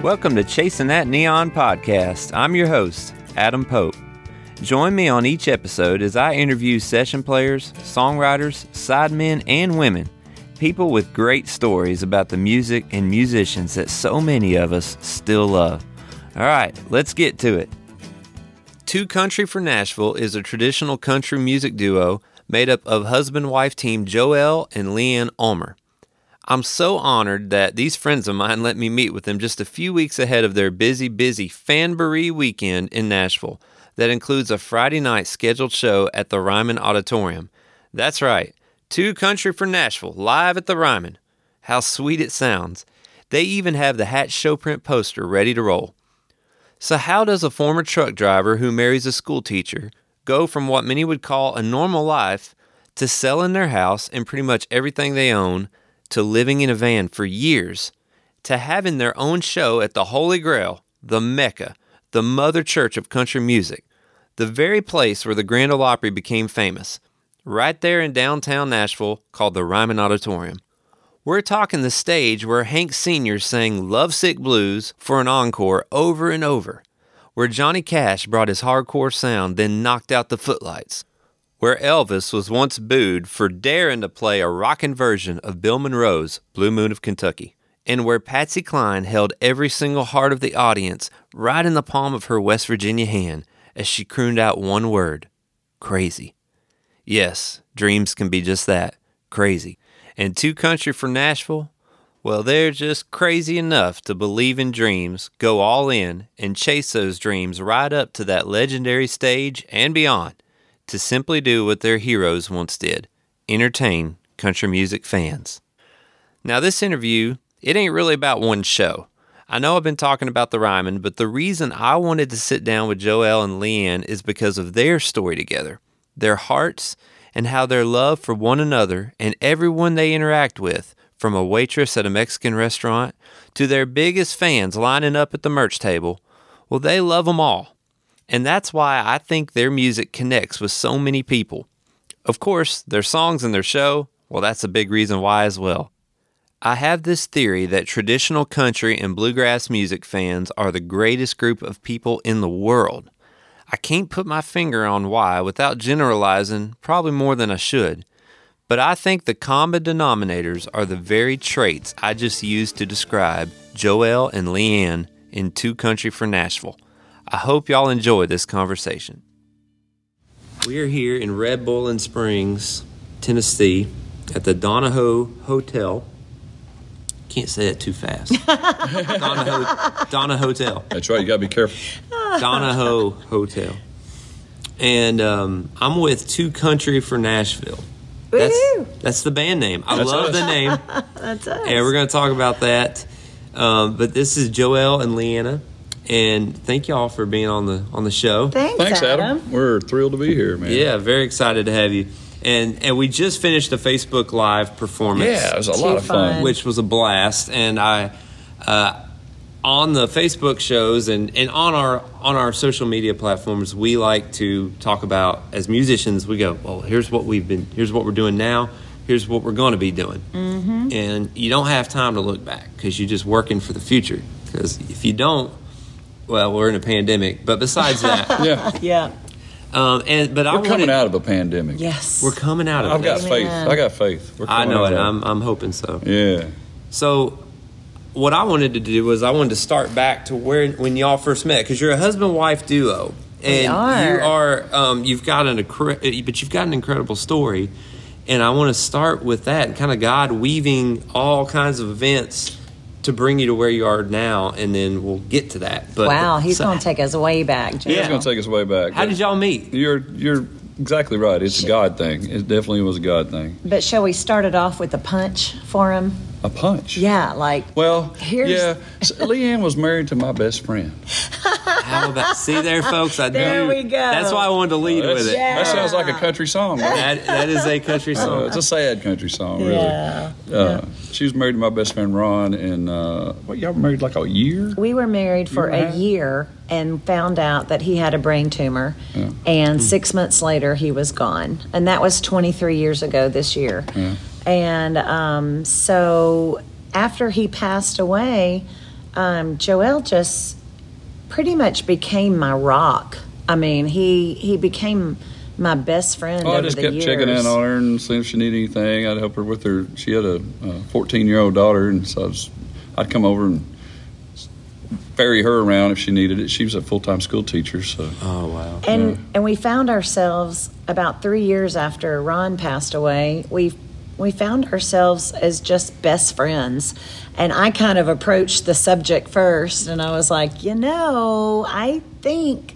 Welcome to Chasing That Neon podcast. I'm your host, Adam Pope. Join me on each episode as I interview session players, songwriters, sidemen, and women, people with great stories about the music and musicians that so many of us still love. All right, let's get to it. Two Country for Nashville is a traditional country music duo made up of husband wife team Joel and Leanne Ulmer. I'm so honored that these friends of mine let me meet with them just a few weeks ahead of their busy, busy Fanbury weekend in Nashville that includes a Friday night scheduled show at the Ryman Auditorium. That's right, Two Country for Nashville, live at the Ryman. How sweet it sounds. They even have the hat showprint poster ready to roll. So, how does a former truck driver who marries a school teacher go from what many would call a normal life to selling their house and pretty much everything they own to living in a van for years to having their own show at the Holy Grail, the Mecca, the mother church of country music, the very place where the Grand Ole Opry became famous, right there in downtown Nashville called the Ryman Auditorium? We're talking the stage where Hank Sr. sang Lovesick Blues for an encore over and over, where Johnny Cash brought his hardcore sound, then knocked out the footlights, where Elvis was once booed for daring to play a rockin' version of Bill Monroe's Blue Moon of Kentucky, and where Patsy Cline held every single heart of the audience right in the palm of her West Virginia hand as she crooned out one word crazy. Yes, dreams can be just that crazy. And Two Country for Nashville? Well, they're just crazy enough to believe in dreams, go all in, and chase those dreams right up to that legendary stage and beyond to simply do what their heroes once did entertain country music fans. Now, this interview, it ain't really about one show. I know I've been talking about the Ryman, but the reason I wanted to sit down with Joel and Leanne is because of their story together, their hearts, and how their love for one another and everyone they interact with, from a waitress at a Mexican restaurant to their biggest fans lining up at the merch table, well, they love them all. And that's why I think their music connects with so many people. Of course, their songs and their show, well, that's a big reason why as well. I have this theory that traditional country and bluegrass music fans are the greatest group of people in the world. I can't put my finger on why without generalizing, probably more than I should. But I think the common denominators are the very traits I just used to describe Joel and Leanne in Two Country for Nashville. I hope y'all enjoy this conversation. We're here in Red Bull and Springs, Tennessee, at the Donahoe Hotel. Can't say it too fast. Donahoe, Donahoe Hotel. That's right. You got to be careful. Donahoe Hotel. And um, I'm with Two Country for Nashville. That's, Woohoo! that's the band name. I That's love us. the name. That's us. And we're going to talk about that. Um, but this is Joel and Leanna. And thank y'all for being on the on the show. Thanks, Thanks, Adam. Adam. We're thrilled to be here, man. Yeah, very excited to have you. And and we just finished the Facebook Live performance, Yeah, it was a Too lot of fun. fun. which was a blast. And I, uh, on the Facebook shows and, and on our on our social media platforms, we like to talk about as musicians. We go, well, here's what we've been, here's what we're doing now, here's what we're going to be doing. Mm-hmm. And you don't have time to look back because you're just working for the future. Because if you don't, well, we're in a pandemic. But besides that, Yeah. Yeah. um, and but I We're coming wanted- out of a pandemic. Yes. We're coming out of I've got this. faith. Amen. I got faith. We're I coming know out it. of I'm, I'm hoping so. Yeah. So, what I wanted to do was I wanted to start back to where when y'all first met because you're a husband wife duo, and are. you are um, you've got an incre- but you've got an incredible story, and I want to start with that and kind of God weaving all kinds of events to bring you to where you are now, and then we'll get to that. But wow, he's so going to take us way back. Joe. Yeah. It's going to take us way back. How did y'all meet? You're you're exactly right. It's a God thing. It definitely was a God thing. But shall we start it off with a punch for him? A punch. Yeah, like Well, Here's- yeah. So Leanne was married to my best friend. How about see there, folks? I There knew- we go. That's why I wanted to lead That's- with it. That sounds like a country song. doesn't That, it? that is a country Uh, song. it's a sad country song, really. Yeah. Uh, She was married to my best friend Ron, and uh, what y'all were married like a year? we were married for You a had- year and found out that he had a brain tumor, Hmm. and six months later he was gone, and that was 23 years ago this year. And um, so after he passed away, um, Joel just pretty much became my rock. I mean, he he became my best friend Oh, over I just the kept years. checking in on her and seeing if she needed anything. I'd help her with her. She had a fourteen-year-old daughter, and so I was, I'd come over and ferry her around if she needed it. She was a full-time school teacher, so Oh wow. And and we found ourselves about three years after Ron passed away. We we found ourselves as just best friends, and I kind of approached the subject first, and I was like, you know, I think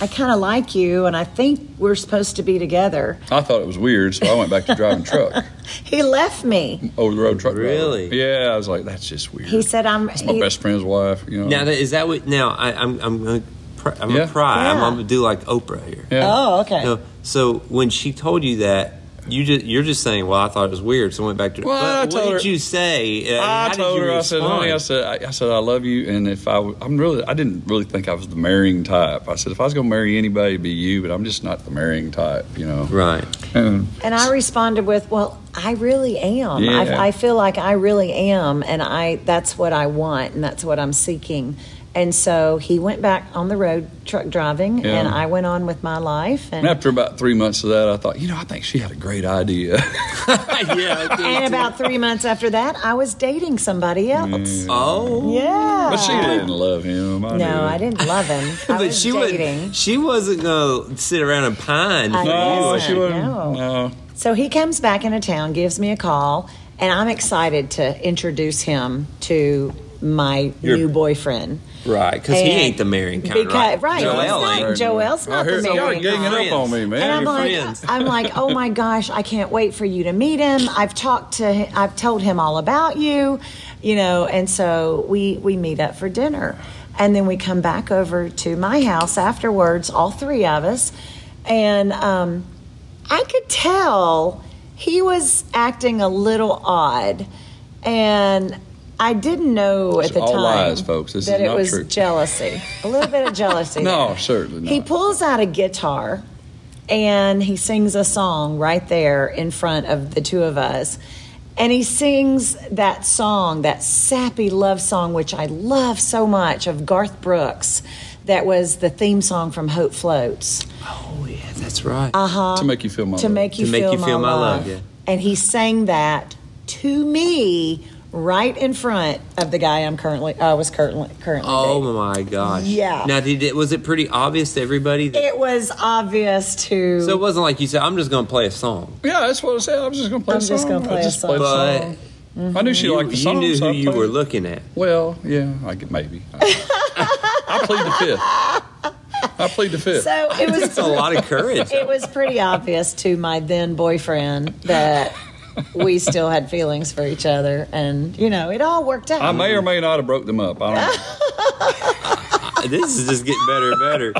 I kind of like you, and I think we're supposed to be together. I thought it was weird. So I went back to driving truck, He left me. over-the-road truck. driver. Really? Yeah, I was like, that's just weird. He said, "I'm." that's my he- best friend's wife. You know. Now that is that what? Now I, I'm I'm gonna pr- I'm Um, Yeah. gonna cry. I'm, Yeah. gonna do like Oprah here. yeah. Oh, okay. No, so when she told you that, you just you're just saying, "Well, I thought it was weird," so I went back to. Well, I but what told did her- you say? Uh, I how told did you her, I said, respond? honey, I said, I, I said, I love you, and if I, w- I'm really, I didn't really think I was the marrying type. I said, if I was going to marry anybody, it'd be you, but I'm just not the marrying type, you know. right. And And I responded with, "Well, I really am. Yeah. I, I feel like I really am, and I that's what I want, and that's what I'm seeking." And so he went back on the road truck driving, Yeah. and I went on with my life. And, and after about three months of that, I thought, you know, I think she had a great idea. yeah. I did. and about three months after that, I was dating somebody else. oh. Yeah, but she didn't love him. I knew. No, I didn't love him. I But was she dating. was she wasn't gonna sit around and pine. I for know. you. No, wasn't, she wouldn't. no. No. So he comes back into town, gives me a call, and I'm excited to introduce him to my Your- new boyfriend. Right, because he And- ain't the marrying kind. Because, right, Joel he's not- ain't. Joel's not I hear the y'all are marrying ganging kind. up on me, man. and I'm You're like, friends. I'm like, oh my gosh, I can't wait for you to meet him. I've talked to, hi- I've told him all about you, you know. And so we we meet up for dinner, and then we come back over to my house afterwards, all three of us, and um, I could tell he was acting a little odd, and. I didn't know at It's the all time lies, folks. This is that it not was true. jealousy, a little bit of jealousy. No, there. certainly not. He pulls out a guitar and he sings a song right there in front of the two of us. And he sings that song, that sappy love song, which I love so much, of Garth Brooks, that was the theme song from Hope Floats. Oh yeah, that's right. to make you feel my uh-huh. To love. make you, To make feel, you my feel my love, love. yeah. And he sang that to me right in front of the guy I'm currently I was currently currently oh dating. my gosh. Yeah. Now did it, was it pretty obvious to everybody? That, It was obvious to so it wasn't like you said, "I'm just gonna play a song." Yeah, that's what I said. I was just going to play I'm a song. just gonna I play a Mm-hmm. just played song. a song. I knew she You, liked the you song. knew so who I you played were it. looking at. Well, yeah, I get maybe. I, I plead the fifth. I plead the fifth. So it was That's a lot of courage. It was pretty obvious to my then boyfriend that we still had feelings for each other, and you know, it all worked out. I may or may not have broke them up. I don't. know. this is just getting better and better.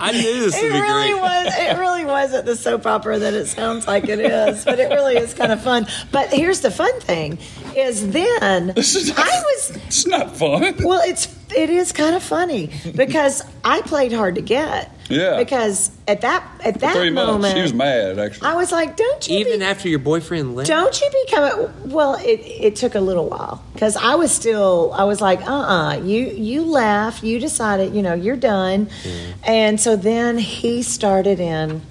I knew this it would be really great. was. It really wasn't the soap opera that it sounds like it is, but it really is kind of fun. But here's the fun thing: is then I is- was It's not fun. Well, it's it is kind of funny because I played hard to get. Yeah. Because at that at that Three moment, months. She was mad, actually. I was like, "Don't you Even be after your boyfriend left. Don't you become well? It it took a little while because I was still I was like, uh, uh you you left, you decided, you know, you're done, Mm. and so then he started in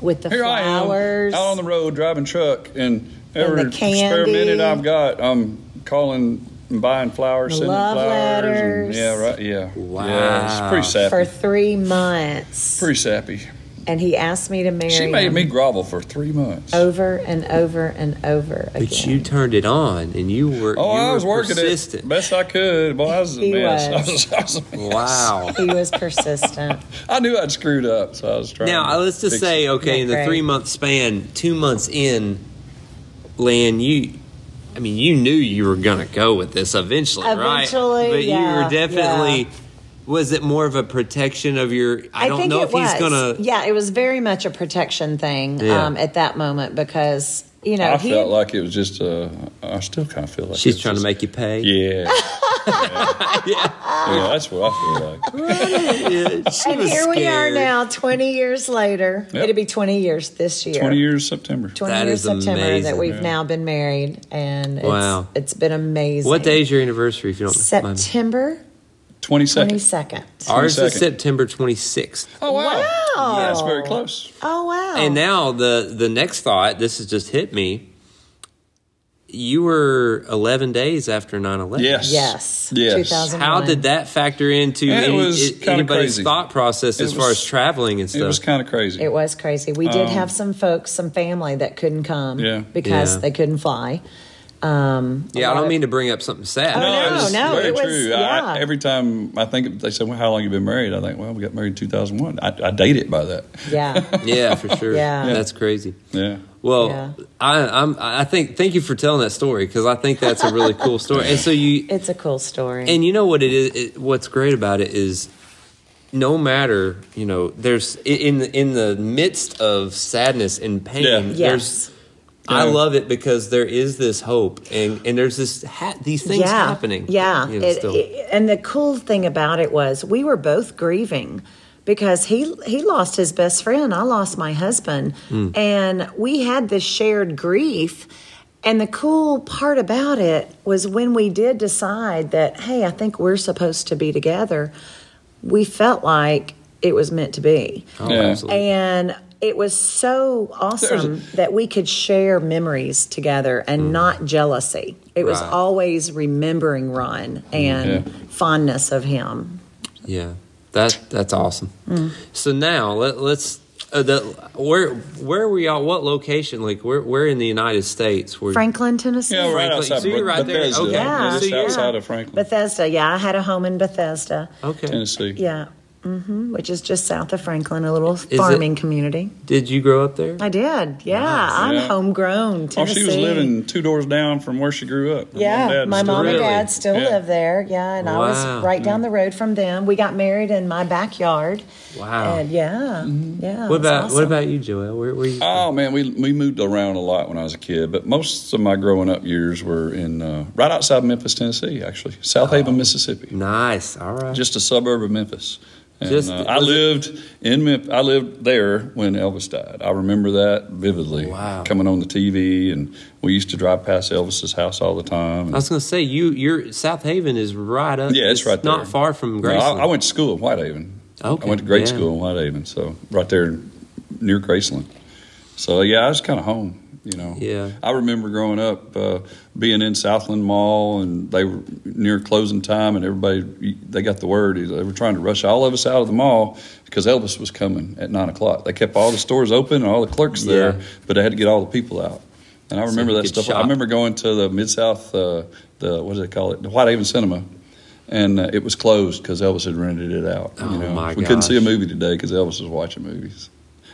with the Here flowers. I am out on the road driving truck, and every And the spare candy. minute I've got, I'm calling and buying flowers, The sending love flowers. and- letters. yeah, right. Yeah. Wow. Yeah, it's pretty sappy. for three months, pretty sappy. and he asked me to marry She made him me grovel for three months. over and over and over again. But you turned it on, and you were. Oh, you I were was working persistent. it best I could. Boy, I was a He mess. was. I, was, I was a mess. Wow. he was persistent. I knew I'd screwed up, so I was trying. Now, uh, to let's just fix say, it. okay, in the Right. three month span, two months in, Lan, you, I mean, you knew you were going to go with this eventually, right? Eventually, but you yeah, were definitely. Was it more of a protection of your? I, don't think know it if was. he's gonna. Yeah, it was very much a protection thing Yeah. um, at that moment because you know I he felt like it was just. Uh, I still kind of feel like She's it's trying to just- make you pay. Yeah. Yeah, that's what I feel like. and here we are now, 20 years later. Yep. It'll be 20 years this year. 20 years September. 20 That years is September amazing. that we've Yeah. now been married, and it's, Wow. it's been amazing. What day is your anniversary, if you don't mind? me? September 22nd. 22nd. Ours is 22nd. September 26th. Oh, Wow. That's very close. Oh, wow. And now the the next thought, this has just hit me. You were 11 days after 9/11. Yes. yes. Yes. 2001. How did that factor into Yeah, it any, was i- kinda anybody's crazy. thought process It as far was- as traveling and stuff? It was kind of crazy. It was crazy. We did Um, have some folks, some family that couldn't come Yeah. because Yeah. they couldn't fly. Um, a yeah, I lot don't of- mean to bring up something sad. No, it no, was Oh, no, very it was- true. yeah. I, every time I think they said, "Well, how long you been married?" I think, "Well, we got married in 2001." I, I date it by that. Yeah. Yeah, for sure. Yeah. that's crazy. Yeah. Well, Yeah. I, I'm. I think. Thank you for telling that story because I think that's a really cool story. And so you. It's a cool story. And you know what it is. It, what's great about it is, no matter you know, there's i- in the, in the midst of sadness and pain. Yeah. There's, yes. I Yeah. love it because there is this hope and and there's this ha- these things yeah. happening. Yeah. you know, It- still. it- and the cool thing about it was we were both grieving because he he lost his best friend. I lost my husband. Hmm. And we had this shared grief. And the cool part about it was when we did decide that, hey, I think we're supposed to be together, we felt like it was meant to be. Oh, Yeah. absolutely. And it was so awesome that we could share memories together and Mm-hmm. not jealousy. It was Right. always remembering Ron and Yeah. fondness of him. Yeah, that that's awesome. Mm. So now let, let's uh, the where where were y'all? What location? Like where where in the United States? Were Franklin, Tennessee. Yeah, right Franklin. outside So you're Beth- right there. Bethesda. Okay. Yeah, Just so you're- outside of Franklin, Bethesda. Yeah, I had a home in Bethesda. Okay. Tennessee. Yeah. hmm which is just south of Franklin, a little it- farming community. Did you grow up there? I did. Yeah, I'm Yeah. homegrown. Oh, Tennessee. she was living two doors down from where she grew up. Her Yeah, my still mom and Really? lived. dad still Yeah. live there. Yeah, and I Wow. was right down the road from them. We got married in my backyard. Wow. And yeah, yeah. Oh. Mm-hmm. what it's about what awesome. about you, Joel? Where were you? from? Oh man, we we moved around a lot when I was a kid, but most of my growing up years were in uh, right outside Memphis, Tennessee, actually, South Haven, Mississippi, nice. All right. just a suburb of Memphis. And, Just- uh, I was it- lived in Memphis. I lived there when Elvis died. I remember that vividly. Oh, Wow. Coming on the TV, and we used to drive past Elvis's house all the time. I was gonna say you your South Haven is right up. yeah, it's, right there. Not far from No, I- Graceland. I, went to school in Whitehaven. Okay, I went to grade yeah. school in Whitehaven, so right there near Graceland. So yeah, I was kind of home, you know. Yeah. I remember growing up uh, being in Southland Mall, and they were near closing time, and everybody they got the word they were trying to rush all of us out of the mall because Elvis was coming at nine o'clock. They kept all the stores open and all the clerks there, Yeah. but they had to get all the people out. And I So remember you that could stuff. I shop. remember going to the Mid South, uh, the what do they call it, the Whitehaven Cinema, and uh, it was closed because Elvis had rented it out. Oh, you know? my we couldn't see a gosh. movie today because Elvis was watching movies.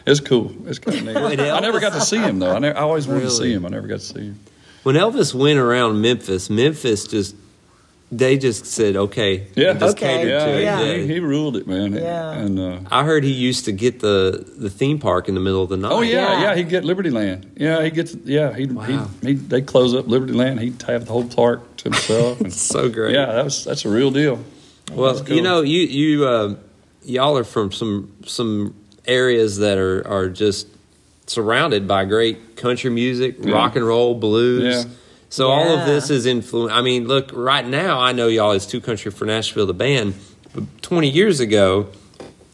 It's cool. It's kind of neat. I never got to see him though. I, never, I always wanted to Really? see him. I never got to see him. when Elvis went around Memphis. Memphis just they just said okay. Yeah, and Just Okay. catered yeah, to it. yeah. He, he ruled it, man. Yeah. And uh, I heard he used to get the the theme park in the middle of the night. oh yeah, Yeah. yeah, he'd get Liberty Land. Yeah, he gets. Yeah, he Wow. he he they close up Liberty Land. He'd have the whole park to himself. and, so great. yeah, that was that's a real deal. Well, That's cool. you know, you you uh, y'all are from some some areas that are are just surrounded by great country music, Yeah. rock and roll, blues. Yeah. So all of Yeah. this is influence. I mean, look, right now I know y'all is Two Country for Nashville, the band. But twenty years ago,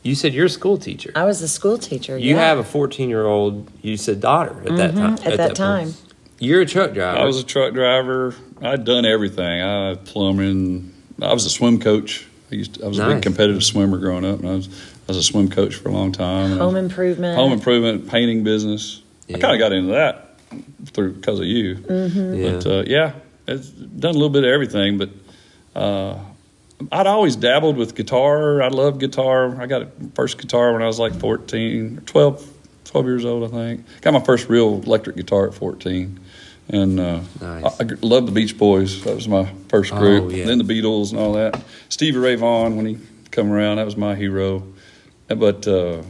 you said you're a school teacher. I was a school teacher. You yeah. Mm-hmm. have a fourteen year old. You said daughter at that time. at that point. time. you're a truck driver. I was a truck driver. I'd done everything. I plumbing. I was a swim coach. I used to, I was a Nice. big competitive swimmer growing up, and I was I was a swim coach for a long time. And I was- home improvement. home improvement, painting business. Yeah. I kind of got into that through because of you. Mm-hmm. yeah. But uh, yeah, it's done a little bit of everything. But uh, I'd always dabbled with guitar. I love guitar. I got a first guitar when I was like 14, 12, 12 years old, I think. Got my first real electric guitar at 14. And uh, Nice. I, I gr- loved the Beach Boys. That was my first Oh, group. yeah. Then the Beatles and all that. Stevie Ray Vaughan, when he come around, that was my hero. But uh,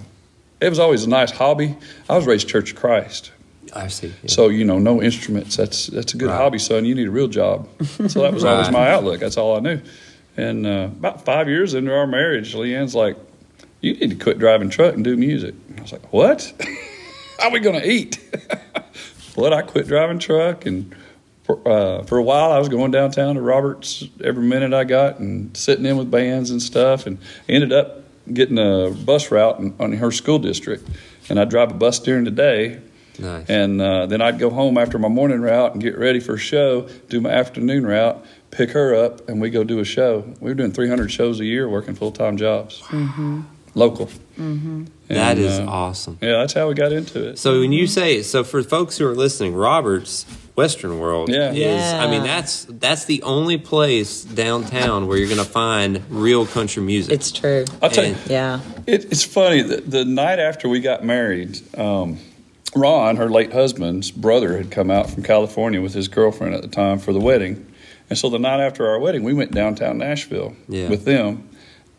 it was always a nice hobby. I was raised Church of Christ. I see. yeah. So you know, no instruments. That's that's a good Right. hobby, son. You need a real job. So that was always Right. my outlook. That's all I knew. And uh, about five years into our marriage, Leanne's like, "You need to quit driving truck and do music." I was like, "What? How we gonna eat?" but I quit driving truck, and for, uh, for a while I was going downtown to Roberts every minute I got, and sitting in with bands and stuff, and ended up getting a bus route in, on her school district. And I drive a bus during the day, nice. and uh, then I'd go home after my morning route and get ready for a show, do my afternoon route, pick her up, and we go do a show. We were doing 300 shows a year working full time jobs, local. And, that is uh, awesome. Yeah, that's how we got into it. So when you say so, for folks who are listening, Roberts Western World Yeah. is. Yeah. I mean, that's that's the only place downtown where you're going to find real country music. It's true. I'll tell you, and- Yeah. it, it's funny. The, the night after we got married, um, Ron, her late husband's brother, had come out from California with his girlfriend at the time for the wedding. And so the night after our wedding, we went downtown Nashville Yeah. with them.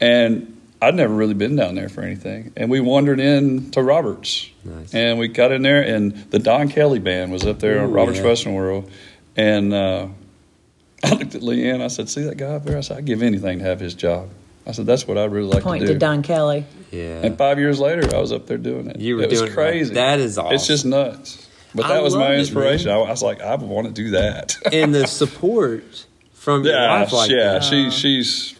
And I'd never really been down there for anything. And we wandered in to Roberts. Nice. And we got in there, and the Don Kelly band was up there on Ooh, Roberts yeah. Western World. And uh, I looked at Leanne. I said, See that guy up there? I said, I'd give anything to have his job. I said, That's what I'd really like Point to do. to Don Kelly. yeah, And five years later, I was up there doing it. You were it was doing it. crazy. That is awesome. It's just nuts. But I that was love it, my man. inspiration. I, I was like, I want to do that. and the support from your yeah, wife like yeah. that. She, she's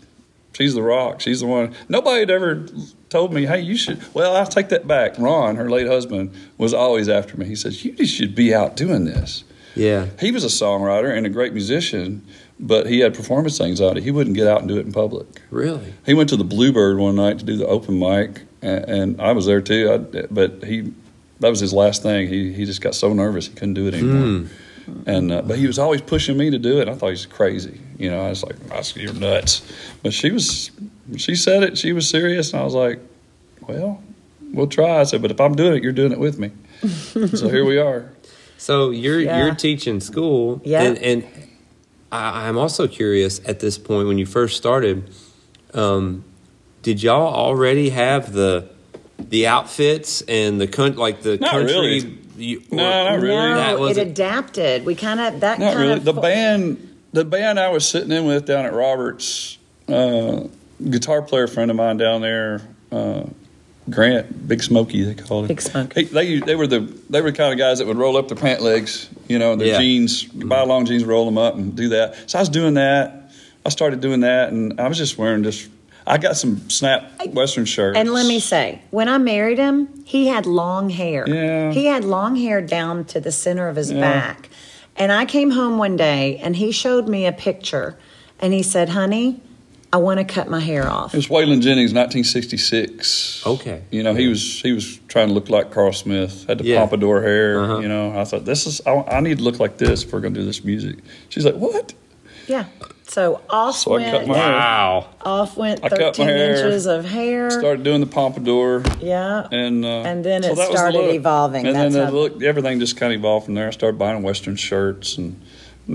she's the rock. She's the one. Nobody had ever told me, hey, you should. Well, I'll take that back. Ron, her late husband, was always after me. He says, you just should be out doing this. Yeah, He was a songwriter and a great musician, but he had performance anxiety. He wouldn't get out and do it in public. really. He went to the Bluebird one night to do the open mic, and, and I was there too. I, but he, that was his last thing. He he just got so nervous he couldn't do it anymore. And uh, but he was always pushing me to do it. I thought he was crazy. You know, I was like, "Ah, you're nuts. But she was, she said it. She was serious, and I was like, well, we'll try. I said, but if I'm doing it, you're doing it with me. so here we are. So you're Yeah. you're teaching school, Yeah. and, and I, I'm also curious at this point when you first started, um, did y'all already have the the outfits and the coun- like the Not country? really. You, No, not really. No, That it was adapted. We kind of that Not kind really. of The band, the band I was sitting in with down at Roberts, uh, guitar player friend of mine down there, uh, Grant Big Smoky, they called him. Big Smoky. He- they they were the they were the kind of guys that would roll up their pant legs, you know, their Yeah. jeans, Mm-hmm. buy long jeans, roll them up, and do that. So I was doing that. I started doing that, and I was just wearing just. I got some snap western shirts. And let me say, when I married him, he had long hair. Yeah. He had long hair down to the center of his Yeah. back. And I came home one day and he showed me a picture and he said, Honey, I want to cut my hair off. It was Waylon Jennings, 1966. Okay. You know, he was he was trying to look like Carl Smith. Had the Yeah. pompadour hair. Uh-huh. You know, I thought this is I, I need to look like this if we're going to do this music. She's like, what? Yeah. So off So I went cut my hair. wow. off went I cut my 13 hair. inches of hair. Started doing the pompadour, yeah. and uh, And then so it that was the started look. evolving. And That's then how- the look, everything just kind of evolved from there. I started buying Western shirts, and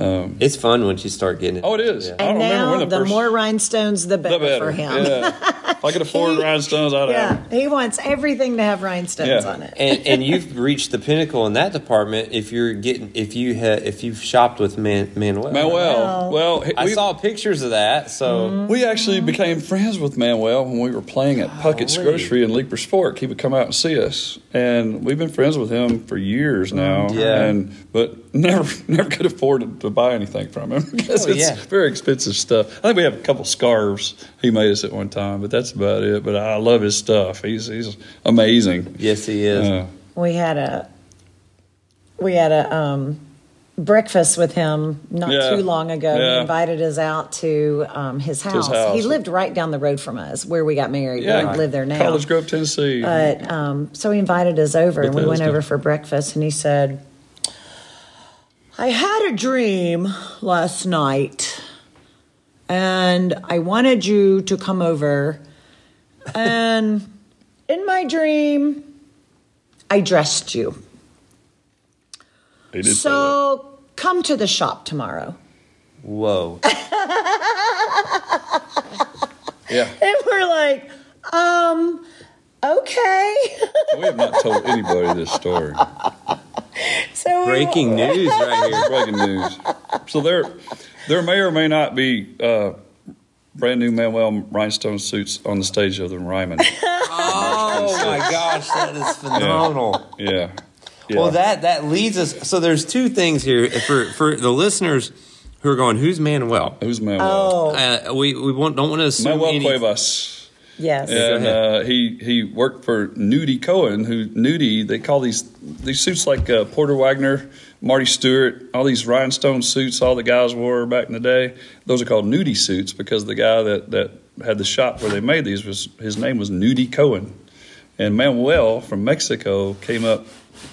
um, It's fun once you start getting it. oh, it is. Yeah. I don't And remember now when the first, more rhinestones, the better, the better. for him. Yeah. if I could afford rhinestones, I'd have. 'em. Yeah, he wants everything to have rhinestones Yeah. on it. and and you've reached the pinnacle in that department if you're getting if you ha, if you've shopped with Man, Manuel. Manuel, Wow. well, he- I we- saw pictures of that. So Mm-hmm. We actually became friends with Manuel when we were playing at Puckett's Golly. Grocery in Leaper's Fork. He would come out and see us, and we've been friends with him for years now. Mm, Yeah. and but never never could afford to- to buy anything from him because Oh, it's yeah. very expensive stuff. I think we have a couple scarves he made us at one time, but that's about it. But I love his stuff. He's he's amazing. yes, he is. Uh, we had a we had a um, breakfast with him not Yeah. too long ago. Yeah. He invited us out to um, his, house. house. He lived right down the road from us, where we got married. yeah, we live there now. College Grove, Tennessee. But um, so he invited us over, and we that went was over good. for breakfast, and he said, "I had a dream last night, and I wanted you to come over, and in my dream, I dressed you." He did say that. So come to the shop tomorrow. Whoa. yeah, And we're like, um, okay. we have not told anybody this story. So we- Breaking news right here. breaking news. So there, there may or may not be uh, brand new Manuel rhinestone suits on the stage other than Ryman. Oh my gosh, that is phenomenal. Yeah. yeah. Well, that that leads us. So there's two things here for for the listeners who are going, who's Manuel? who's Manuel? Oh Uh, we we won't, don't want to assume Manuel any- Cuevas. yes. And ahead. uh, he he worked for Nudie Cohen, who Nudie they call these these suits like uh, Porter Wagner, Marty Stewart, all these rhinestone suits all the guys wore back in the day. Those are called Nudie suits because the guy that that had the shop where they made these was his name was Nudie Cohen, and Manuel from Mexico came up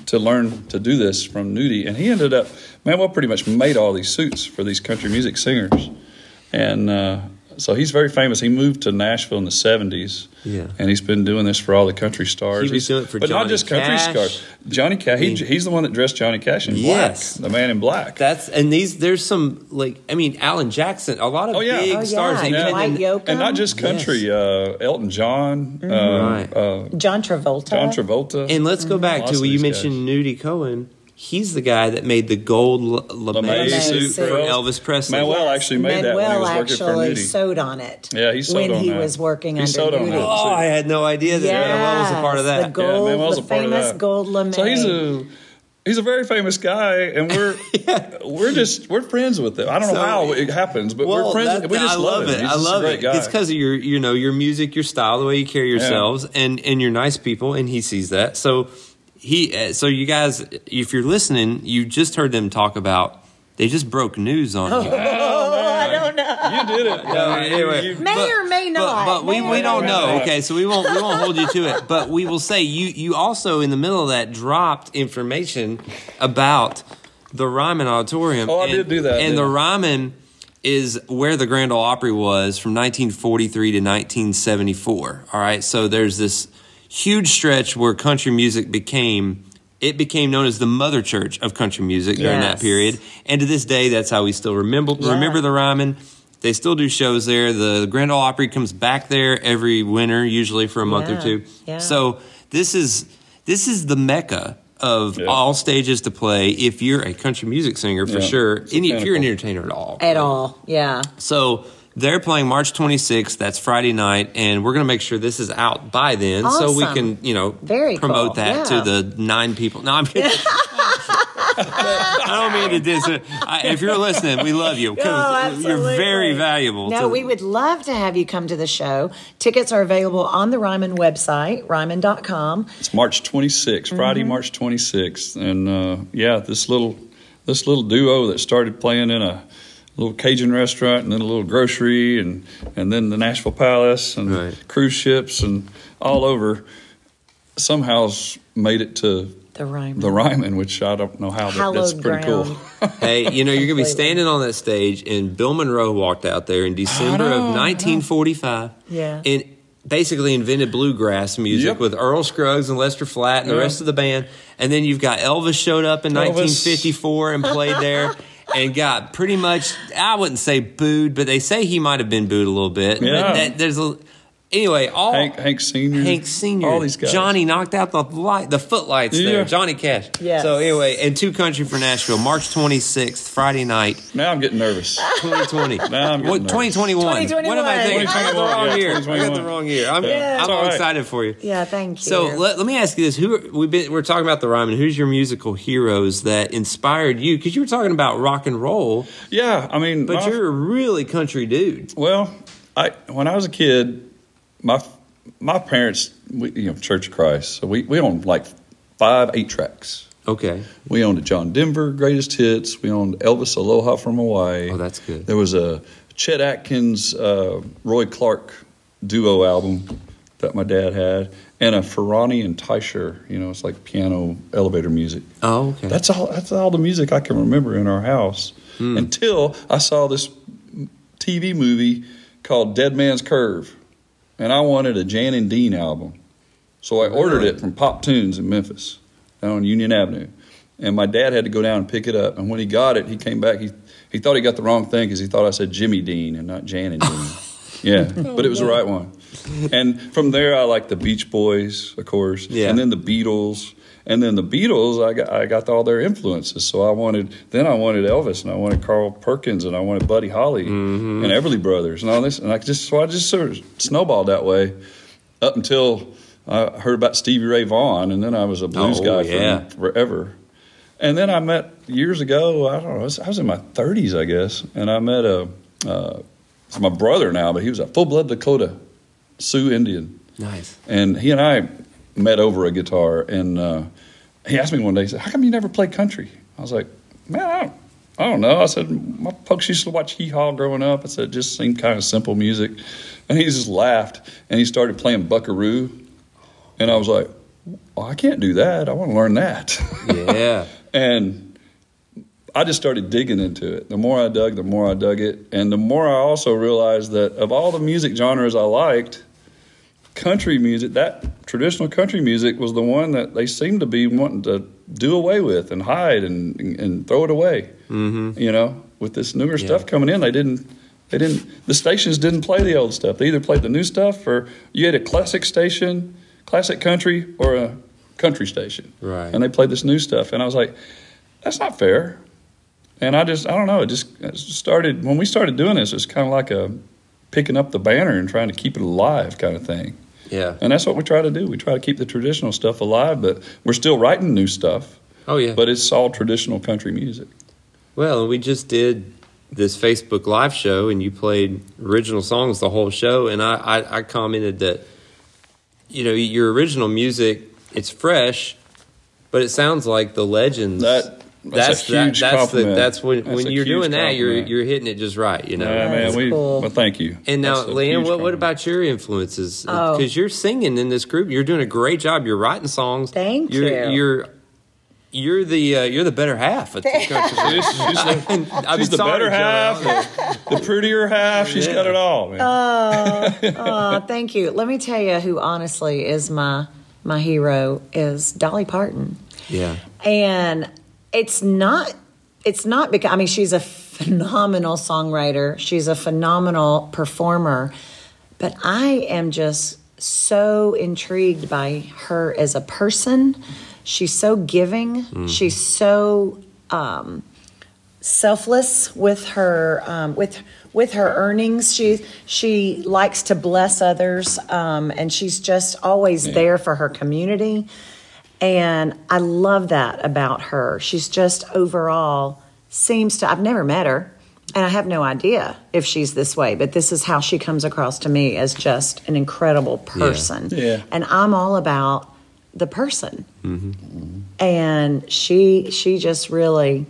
to learn to do this from Nudie, and he ended up Manuel pretty much made all these suits for these country music singers, and. Uh, so he's very famous. He moved to Nashville in the '70s, Yeah. and he's been doing this for all the country He stars. was He's- doing it for but not Johnny just country Cash. stars. Johnny Cash. He, he's the one that dressed Johnny Cash in Yes. black. The man in black. That's and these there's some like I mean Alan Jackson, a lot of Oh, yeah. big Oh, yeah, stars. and even in- Dwight Yoakam. and not just country. Uh, Elton John, uh, Mm-hmm. Right. uh, John Travolta. John Travolta. And let's go back Lots to of you these mentioned Nudie Cohen. He's the guy that made the gold l- lame LeMay suit suit for for Elvis Presley. Manuel actually made that when he Manuel was working for actually Nudie. sewed on it. Yeah, he sewed when on he that. was working He under sewed on Nudie. that. Oh, I had no idea that Manuel was a part of Yes, that. the gold, yeah, Manuel's the a part of famous that. gold lame. So he's a he's a very famous guy, and we're we're just we're friends with him. I don't So- know how it happens, but we're friends. that- we just I love him. it. He's I just a love great it. guy. It's because of your, you know, your music, your style, the way you carry yourselves, and and you're nice people, and he sees that. So he, uh, so you guys, if you're listening, you just heard them talk about they just broke news on you. Oh, I don't know. you did it. No, man. You- anyway, you- May or may not. But, we, May we or don't may know. not. Okay, so we won't we won't hold you to it. But we will say you you also in the middle of that dropped information about the Ryman Auditorium. Oh, I and, did do that, And the didn't I? Ryman is where the Grand Ole Opry was from 1943 to 1974. All right, so there's this huge stretch where country music became. It became known as the mother church of country music during that Yes. period, and to this day, that's how we still remember remember the Ryman. They still do shows there. The Grand Ole Opry comes back there every winter, usually for a month or Yeah, two. yeah. So this is this is the mecca of Yeah. all stages to play if you're a country music singer for Yeah. sure. It's a Any if you're an pinnacle. entertainer at all. At all, yeah. So they're playing March 26th. That's Friday night, and we're going to make sure this is out by then, so we Awesome. can you know Very promote cool, that yeah. to the nine people. No, I'm kidding. I don't mean to diss it. I, if you're listening, we love you. 'cause Oh, you're very absolutely. valuable. No, to- we would love to have you come to the show. Tickets are available on the Ryman website, ryman.com. It's March 26th, Friday, Mm-hmm. March 26th, and uh, yeah, this little this little duo that started playing in a little Cajun restaurant and then a little grocery and and then the Nashville Palace and Right. cruise ships and all over somehow s- made it to The Ryman. the Ryman, which I don't know how, but that's Hallowed pretty ground. cool. Hey, you know, you're going to be Completely. standing on that stage, and Bill Monroe walked out there in December of 1945. Yeah. And basically invented bluegrass music Yep. with Earl Scruggs and Lester Flatt and the Yeah. rest of the band. And then you've got Elvis showed up in Elvis. 1954 and played there. And got pretty much, I wouldn't say booed, but they say he might have been booed a little bit. But Yeah. that- there's a, anyway, all Hank, Hank Senior, Hank Senior, Mm-hmm. all these guys. Johnny knocked out the light, the footlights there. Yeah. Johnny Cash. Yes. So anyway, and two country for Nashville, March twenty sixth, Friday night, Now I'm getting nervous. twenty twenty. Now I'm getting nervous. Twenty twenty one. What am I thinking? I got the 2021, wrong year. yeah, I got the 2021. wrong year. I'm, Yeah. I'm It's all all right. excited for you. Yeah, thank you. So let, let me ask you this: Who are, we've been we're talking about the Ryman? Who's your musical heroes that inspired you? Because you were talking about rock and roll, Yeah, I mean, but my- you're a really country dude. Well, I when I was a kid, my my parents, we, you know, Church of Christ, so we we owned like five eight tracks. Okay, We owned a John Denver Greatest Hits. We owned Elvis Aloha from Hawaii. Oh, that's good. There was a Chet Atkins, uh, Roy Clark duo album that my dad had, and a Ferrani and Teicher. You know, it's like piano elevator music. oh okay, That's all. That's all the music I can remember in our house until I saw this TV movie called Dead Man's Curve, and I wanted a Jan and Dean album, so I ordered it from Pop Tunes in Memphis, down on Union Avenue, and my dad had to go down and pick it up. And when he got it, he came back. He he thought he got the wrong thing because he thought I said Jimmy Dean and not Jan and Dean. yeah, but it was the right one. and from there, I like the Beach Boys, of course, Yeah. and then the Beatles, and then the Beatles. I got I got all their influences. So I wanted then I wanted Elvis, and I wanted Carl Perkins, and I wanted Buddy Holly, and Everly Brothers, and all this. And I just so I just sort of snowballed that way up until I heard about Stevie Ray Vaughan, and then I was a blues Oh, guy yeah. for forever. And then I met years ago. I don't know. I was, I was in my 30s, I guess, and I met a. Uh, it's my brother now, but he was a full blood Dakota Sioux Indian, Nice. and he and I met over a guitar. And uh, he asked me one day, he said, "How come you never play country?" I was like, "Man, I don't, I don't know." I said, "My folks used to watch hee haw growing up." I said, "It just seemed kind of simple music," and he just laughed and he started playing Buckaroo, and I was like, "Oh, "I can't do that. I want to learn that." Yeah. and I just started digging into it. The more I dug, the more I dug it, and the more I also realized that of all the music genres I liked, country music, that traditional country music was the one that they seemed to be wanting to do away with and hide and and throw it away. Mm-hmm. You know, with this newer stuff coming in, they didn't. They didn't. The stations didn't play the old stuff. They either played the new stuff, or you had a classic station, classic country, or a country station. Right. And they played this new stuff, and I was like, "That's not fair." And I just, I don't know. It just it just started when we started doing this. It's kind of like a picking up the banner and trying to keep it alive kind of thing. Yeah. And that's what we try to do. We try to keep the traditional stuff alive, but we're still writing new stuff. Oh yeah. But it's all traditional country music. Well, we just did this Facebook live show, and you played original songs the whole show, and I, I, I commented that you know your original music it's fresh, but it sounds like the legends. That- that's a huge that's compliment. that's when That's when a you're huge doing that you're compliment. you're hitting it just right, you know. Yeah, man. that's We, cool. Well, thank you. And now, That's a Leanne, huge what, what compliment. about your influences? Oh. Because you're singing in this group, you're doing a great job. You're writing songs. Thank you're, you. You're you're the uh, you're the better half. Of this country. She's, she's the, I'm she's the sorry, better Joe. half, the, the prettier half. She's got it all, man. Uh, thank you. Let me tell you who honestly is my my hero is Dolly Parton. Yeah. and it's not it's not because i mean she's a phenomenal songwriter she's a phenomenal performer but i am just so intrigued by her as a person she's so giving she's so um, selfless with her um, with with her earnings she she likes to bless others um, and she's just always there for her community and I love that about her. She's just overall seems to, I've never met her, and I have no idea if she's this way, but this is how she comes across to me as just an incredible person. Yeah. And I'm all about the person. Mm-hmm. And she she just really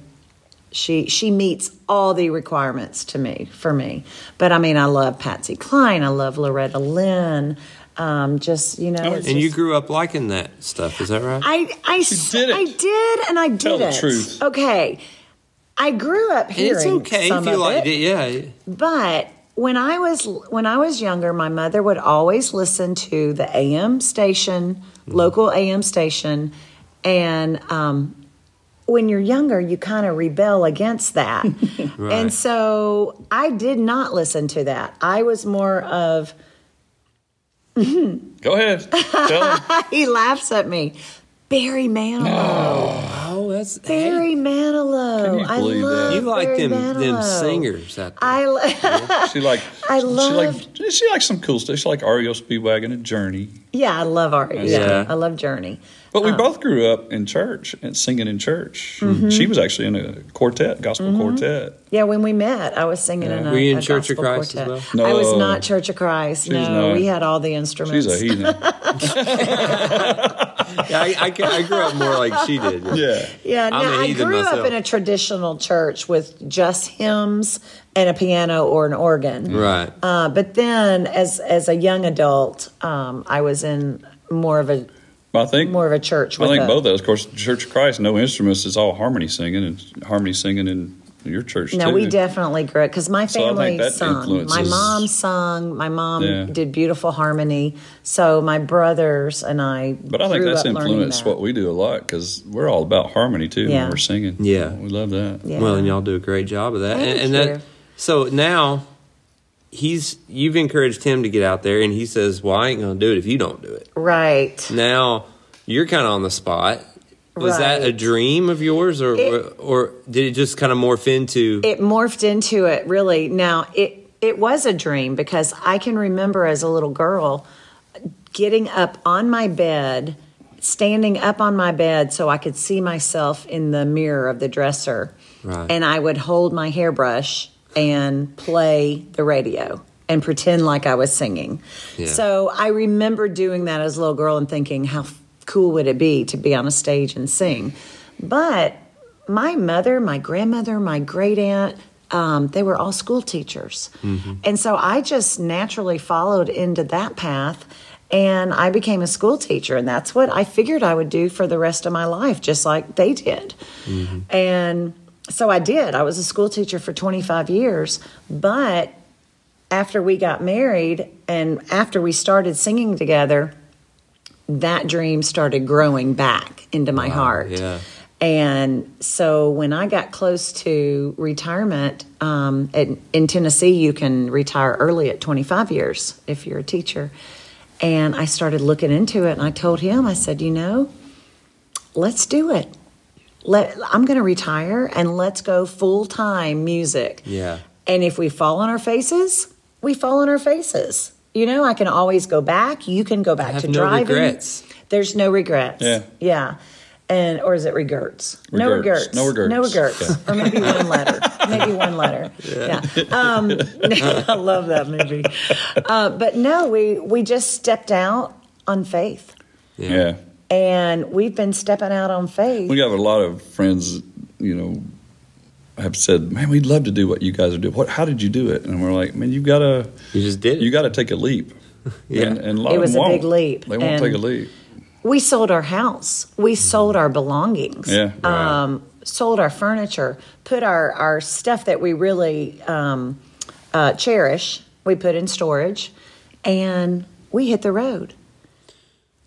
she she meets all the requirements to me for me. But I mean, I love Patsy Cline, I love Loretta Lynn. Um, just you know, it's And you just- grew up liking that stuff, is that right? I I s- did it. I did, and I did Tell the it. truth. Okay, I grew up And hearing it's okay some if you of liked it. it, yeah. but when I was when I was younger, my mother would always listen to the AM station, Mm-hmm. local AM station, and um, when you're younger, you kind of rebel against that. And so I did not listen to that. I was more of Go ahead. Tell him. he laughs at me, Barry Manilow. Oh, that's Barry Manilow. Can you believe I love that? You like Barry them them Manilow. singers out there. I lo- She like. I She like. She likes some cool stuff. She like REO Speedwagon and Journey. yeah, I love art. Yeah. Yeah. I love Journey. But we both grew up in church and singing in church. Mm-hmm. She was actually in a quartet, gospel quartet. Yeah, when we met, I was singing in a Were you in a Church of gospel Christ as quartet. well? No. I was not Church of Christ. was no, not. we had all the instruments. She's a heathen. Yeah, I, I, I grew up more like she did. yeah. yeah, I'm no, a I heathen grew myself. up in a traditional church with just hymns and a piano or an organ. Right. Uh, but then, as as a young adult, um, I was in more of a But I think more of a church. I With think a- both of us. Of course, Church of Christ, no instruments. It's all harmony singing and harmony singing in your church No, too. we definitely grew up because my So I think family that sung. My influences- mom sung. My mom Yeah. did beautiful harmony. So my brothers and I. But I think grew that's up learning influenced that. what we do a lot because we're all about harmony too Yeah. when we're singing. Yeah. we love that. Yeah. Well, and y'all do a great job of that. Thank and and you. that so now he's you've encouraged him to get out there, and he says, "Well, I ain't gonna do it if you don't do it." Right. Now you're kind of on the spot. Was that a Right. dream of yours, or It- or did it just kind of morph into? It morphed into it really. Now it it was a dream because I can remember as a little girl getting up on my bed, standing up on my bed so I could see myself in the mirror of the dresser. Right. And I would hold my hairbrush and play the radio and pretend like I was singing. Yeah. So I remember doing that as a little girl and thinking, how f- cool would it be to be on a stage and sing? But my mother, my grandmother, my great aunt, um, they were all school teachers. And so I just naturally followed into that path and I became a school teacher. And that's what I figured I would do for the rest of my life, just like they did. And so I did. I was a school teacher for 25 years. But after we got married and after we started singing together, that dream started growing back into my heart. yeah. And so when I got close to retirement, um, at, in Tennessee, you can retire early at 25 years if you're a teacher. And I started looking into it and I told him, I said, you know, let's do it. Let, I'm going to retire and let's go full time music. Yeah. And if we fall on our faces, we fall on our faces. You know, I can always go back. You can go back have to no driving. regrets. There's no regrets. Yeah. Yeah. And or is it regrets? No Regrets. regrets. No regrets. No regrets. Or maybe one letter. Maybe one letter. Yeah. Um, I love that movie. Uh, but no, we we just stepped out on faith, yeah. and we've been stepping out on faith. We have a lot of friends, you know, have said, "Man, we'd love to do what you guys are doing. What? How did you do it?" And we're like, "Man, you've got to, You just did. it. you got to take a leap." Yeah. and, and a lot It of was them a big won't. leap, They won't and- take a leap. we sold our house we sold our belongings Yeah. Wow. um, sold our furniture put our, our stuff that we really um, uh, cherish we put in storage and we hit the road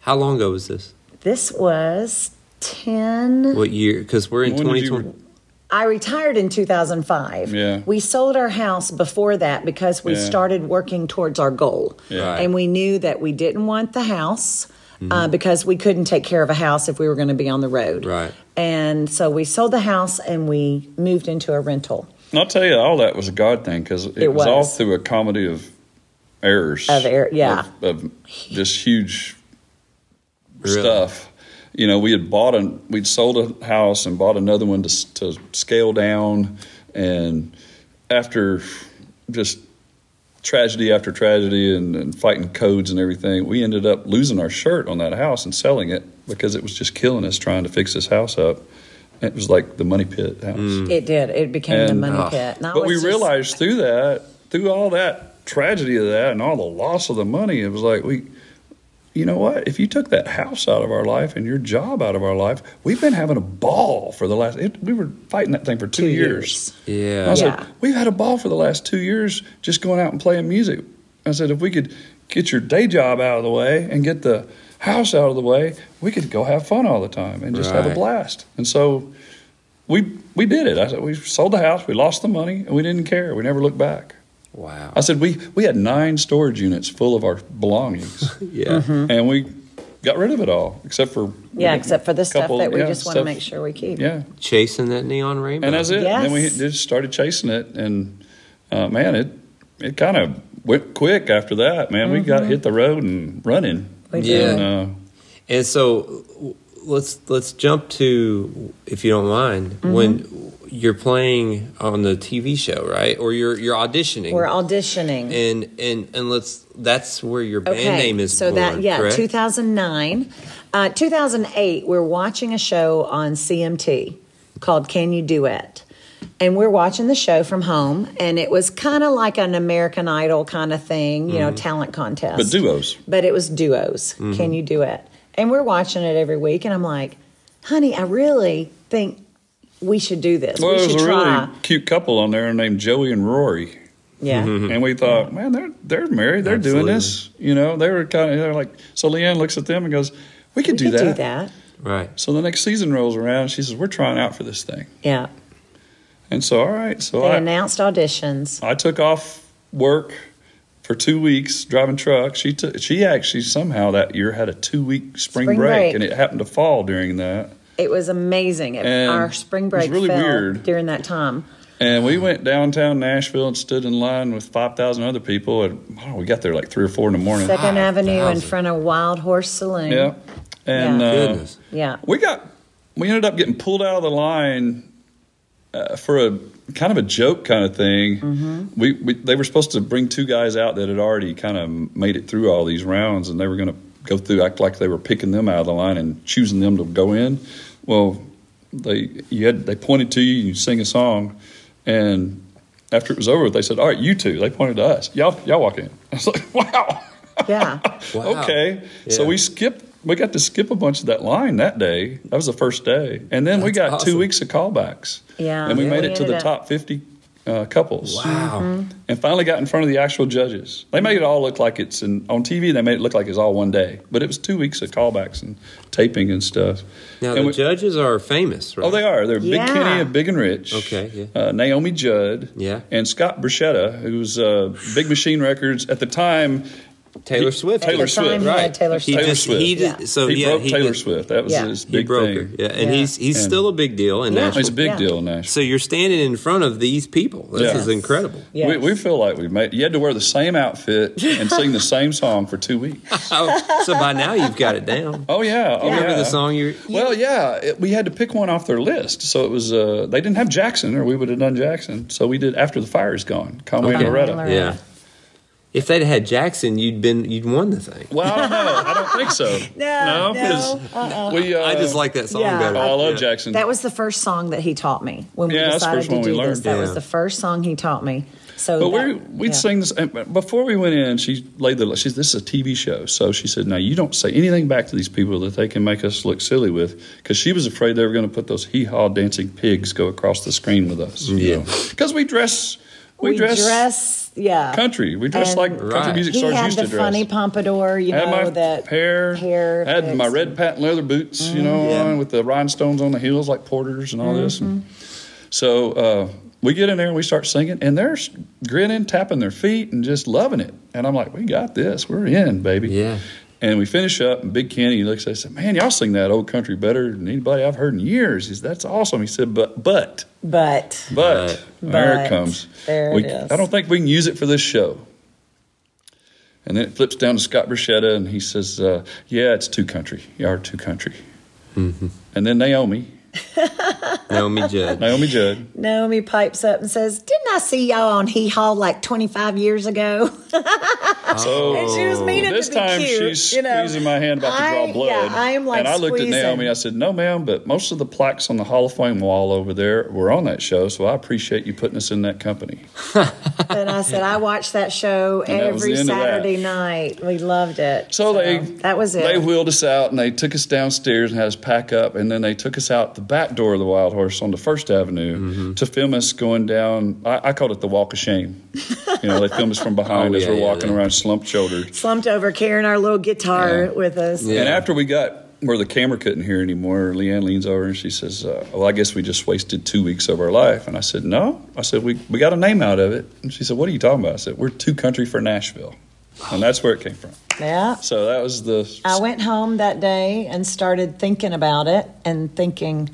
How long ago was this? this was 10 What year? Because we're in When did you- 2020. i retired in 2005 Yeah. we sold our house before that because we Yeah. started working towards our goal Yeah. Right. Mm-hmm. and we knew that we didn't want the house uh, because we couldn't take care of a house if we were going to be on the road Right. And so we sold the house and we moved into a rental And I'll tell you, all that was a God thing because it, It was. all was. through a comedy of errors Of error- yeah. of, of just huge Really? stuff. You know, we had bought an, we'd sold a house and bought another one to s- to scale down, and after just tragedy after tragedy and, and fighting codes and everything, we ended up losing our shirt on that house and selling it because it was just killing us trying to fix this house up. It was like the money pit house. Hmm. It did. It became the And- money Ah. pit. And I But was we just- realized through that, through all that tragedy of that and all the loss of the money, it was like we, you know what? If you took that house out of our life and your job out of our life, we've been having a ball for the last. It, we were fighting that thing for two, Two years. years. And I Yeah. was Yeah. like, we've had a ball for the last two years just going out and playing music. I said, if we could get your day job out of the way and get the house out of the way, we could go have fun all the time and just have a Right. blast. And so we we did it. I said we sold the house, we lost the money, and we didn't care. We never looked back. Wow. I said we we had nine storage units full of our belongings, Yeah. and we got rid of it all except for Mm-hmm. Yeah, except for the stuff couple- that we yeah, just want to stuff- make sure we keep. Yeah, Chasing that neon rainbow. and that's it. And then we Yes. just started chasing it, and uh, man, it it kind of went quick after that. Man, we got hit the road and running. We Yeah. did. And, uh, And so w- let's let's jump to if you don't mind Mm-hmm. when you're playing on the TV show, right? Or you're you're auditioning. We're auditioning. and and and let's that's where your band okay. name is so that born, yeah, correct? 2009, uh, 2008. We're watching a show on CMT called Can You Duet, and we're watching the show from home, and it was kind of like an American Idol kind of thing, you know, talent contest. Mm-hmm. but Mm-hmm. duos, but it was duos. Can you do it? And we're watching it every week, and I'm like, honey, I really think we should do this. well, we there should was a try. really cute couple on there named Joey and Rory. yeah. and Mm-hmm. we thought, man, they're they're married, they're doing this. You know, they were kind of they're like. So Leanne looks at them and goes, "We could, do, We could that. do that. right. So the next season rolls around, she says, "We're trying out for this thing." Yeah. And so, all right, so They I announced auditions. I took off work for two weeks driving truck. She took she actually somehow that year had a two week spring, Spring break, break. and it happened to fall during that. It was amazing. It, And our spring it was break really fell weird. during that time. And we went downtown Nashville and stood in line with five thousand other people. And oh, we got there like three or four in the morning. Second Avenue in 5,000. front of Wild Horse Saloon. Yeah, and Yeah. uh, Goodness. Yeah. we got we ended up getting pulled out of the line uh, for a kind of a joke kind of thing. We, we they were supposed to bring two guys out that had already kind of made it through all these rounds, and they were going to go through act like they were picking them out of the line and choosing them to go in. Well, they you had they pointed to you, you sing a song, and after it was over, they said, "All right, you two. They pointed to us. Y'all y'all walk in. I was like, "Wow." Yeah. Wow. Okay. So Yeah. we skipped. We got to skip a bunch of that line that day. That was the first day, and then we That's got awesome. two weeks of callbacks. Yeah, And we yeah. made We it to ended the up- top fifty uh, couples, Wow. Mm-hmm. and finally got in front of the actual judges. They made it all look like it's in, on TV. They made it look like it's all one day, but it was two weeks of callbacks and taping and stuff. Now, And the we- judges are famous, right? Oh, they are. They're Big Yeah. Kenny and Big and Rich. Okay, yeah. Uh, Naomi Judd. Yeah. And Scott Bruschetta, who was uh, Big Machine Records at the time. Taylor He- Swift. Taylor did. Swift, Time he had right. Taylor He Swift. Taylor just Swift. he did Yeah. so he yeah broke he Taylor did- Swift. That was Yeah. his He big broke thing. her. Yeah, and Yeah. he's he's And- still a big deal in Yeah. Nashville. It's a big Yeah. deal in Nashville. So you're standing in front of these people. This Yeah. is incredible. Yes. We, we feel like we made. You had to wear the same outfit and sing the same song for two weeks. Oh, so by now you've got it down. Oh yeah, oh yeah. Remember the song you Well, yeah, it, we had to pick one off their list. So it was. Uh, they didn't have Jackson, or we would have done Jackson. So we did after the fire's gone. Conway Okay. and Loretta. Loretta. Yeah. If they'd had Jackson, you'd been you'd won the thing. Well, I don't know. I don't think so. No, no, 'cause we. Uh, I just like that song yeah. better. Oh, I love Yeah. Jackson. That was the first song that he taught me when we Yeah, that's the decided first one to we do this. learned. That was Yeah. the first song he taught me. So, But that, we we'd yeah. sing this, and before we went in. She laid the she's this is a TV show, so she said, "Now you don't say anything back to these people that they can make us look silly with," because she was afraid they were going to put those hee haw dancing pigs go across the screen with us. Yeah. because we dress we, We dress, dress, yeah. country. We dress And like Right. country music he stars had used the to dress. funny pompadour, you I had know, my that hair, hair I had my fixed. Mm-hmm. red patent leather boots, you know, Yeah. on with the rhinestones on the heels like porters and all this. And Mm-hmm. so uh, we get in there and we start singing, and they're s- grinning, tapping their feet, and just loving it. And I'm like, we got this. We're in, baby. Yeah. And we finish up, and Big Kenny he looks at us and said, Man, y'all sing that old country better than anybody I've heard in years. He said, That's awesome. He said, But, but, But but, there But. it comes. There we, it is. I don't think we can use it for this show. And then it flips down to Scott Bruschetta, and he says, uh, "Yeah, it's too country. You are too country." And then Naomi, Naomi Judd. Naomi Judd, Naomi pipes up and says, Didn't I see y'all on Hee Haw like 25 years ago? so And she was meaning Oh, this to be time cute. she's you know. squeezing my hand about to I- draw blood. Yeah, I am like and I looked squeezing. at Naomi. I said, "No, ma'am, but most of the plaques on the Hall of Fame wall over there were on that show, so I appreciate you putting us in that company." and I said, I watched that show that was every the end of that. Saturday night. We loved it. So they that was it. They wheeled us out and they took us downstairs and had us pack up, and then they took us out the back door of the Wild Horse on the First Avenue Mm-hmm. to film us going down. I, I called it the Walk of Shame. you know, they filmed us from behind Oh, as yeah, we're yeah, walking yeah. around, slumped shouldered. slumped over carrying our little guitar Yeah. with us. Yeah. And after we got where the camera couldn't hear anymore, Leanne leans over and she says, uh, "Well, I guess we just wasted two weeks of our life." And I said, "No," I said, "We we got a name out of it." And she said, "What are you talking about?" I said, "We're too country for Nashville," and that's where it came from. Yeah. So that was the I went home that day and started thinking about it and thinking,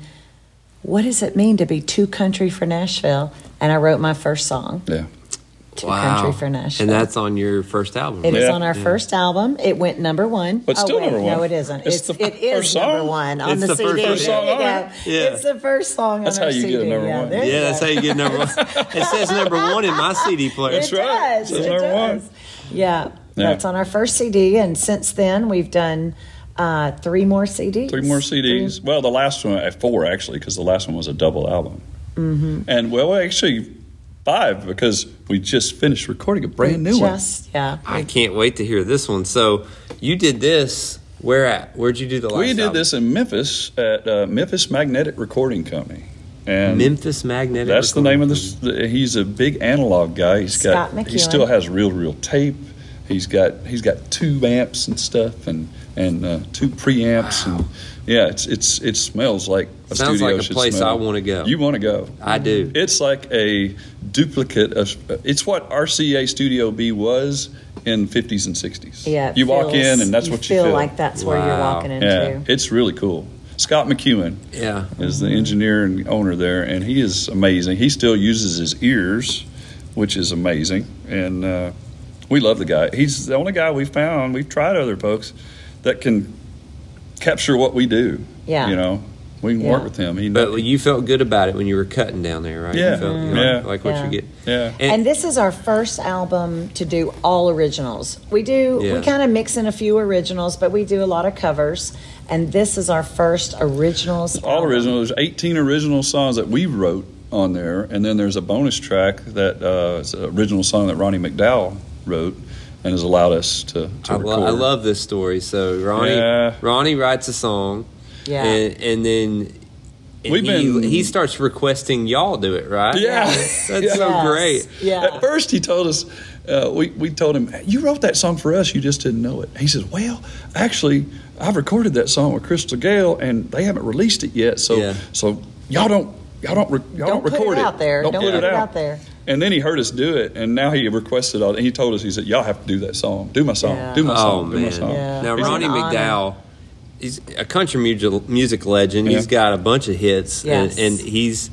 what does it mean to be too country for Nashville? And I wrote my first song, yeah. Too Wow. Country for Nashville. And that's on your first album. It is Yeah. on our first album. It went number one. But still oh, wait, number one. No, it isn't. It's It's, the it is first number song. one on It's the, the CD. first There song you on go. it. Yeah. It's the first song That's on our how you CD. get a number yeah, one. there you yeah, that's go. how you get number one. It says number one in my CD player. That's it right. Does. That's it number does. one. Yeah, that's on our first CD, and since then we've done uh, three more CDs. Three more CDs. Well, the last one, uh, four actually, because the last one was a double album. Mm-hmm. And well, actually, five because we just finished recording a brand new one. Just yeah. I can't wait to hear this one. So you did this. Where at? Where'd you do the last? We did album? this in Memphis at uh, Memphis Magnetic Recording Company, and Memphis Magnetic. that's the Recording name of Company. this. The, he's a big analog guy. He's Scott got. He McEwen. still has real, real tape. He's got. He's got two amps and stuff, and and uh, two preamps, and yeah, it's it's it smells like a Sounds studio like a should place smell. I wanna go. You want to go? I do. It's like a duplicate of. It's what RCA Studio B was. in 50s and 60s. Yeah. it you walk feels- in and that's you what you feel feel. like that's where you're Wow. walking into. yeah, it's really cool. Scott McEwen Yeah. is the engineer and owner there, and he is amazing. He still uses his ears, which is amazing, and uh, we love the guy. He's the only guy we've found. We've tried other folks that can capture what we do. Yeah. you know, we can work Yeah. with him. He, But you felt good about it when you were cutting down there, right? You Yeah. felt- you Yeah. Like, like what Yeah. you get. yeah, And- and this is our first album to do all originals. We do Yeah. we kind of mix in a few originals, but we do a lot of covers. And this is our first originals. all album. original. There's 18 original songs that we wrote on there, and then there's a bonus track that uh, is an original song that Ronnie McDowell wrote and has allowed us to, to I, record. lo- I love this story. So Ronnie, Yeah. Ronnie writes a song, Yeah. and, and then and We've he, been- he starts requesting y'all do it, right? Yeah. that's, that's Yeah. so Yes. great. Yeah. At first, he told us, uh, we, we told him, You wrote that song for us, you just didn't know it. He says, Well, actually, I've recorded that song with Crystal Gale, and they haven't released it yet. So, Yeah. so y'all don't. Y'all don't, re- y'all Don't don't, put it record out there. Don't put it out there. And then he heard us do it, and now he requested all. And he told us, he said, "Y'all have to do that song. Do my song. Yeah. Do my Oh song. do my man! song." Yeah. Now It's Ronnie an honor. McDowell, he's a country music music legend. Yeah. He's got a bunch of hits, Yes. and, and he's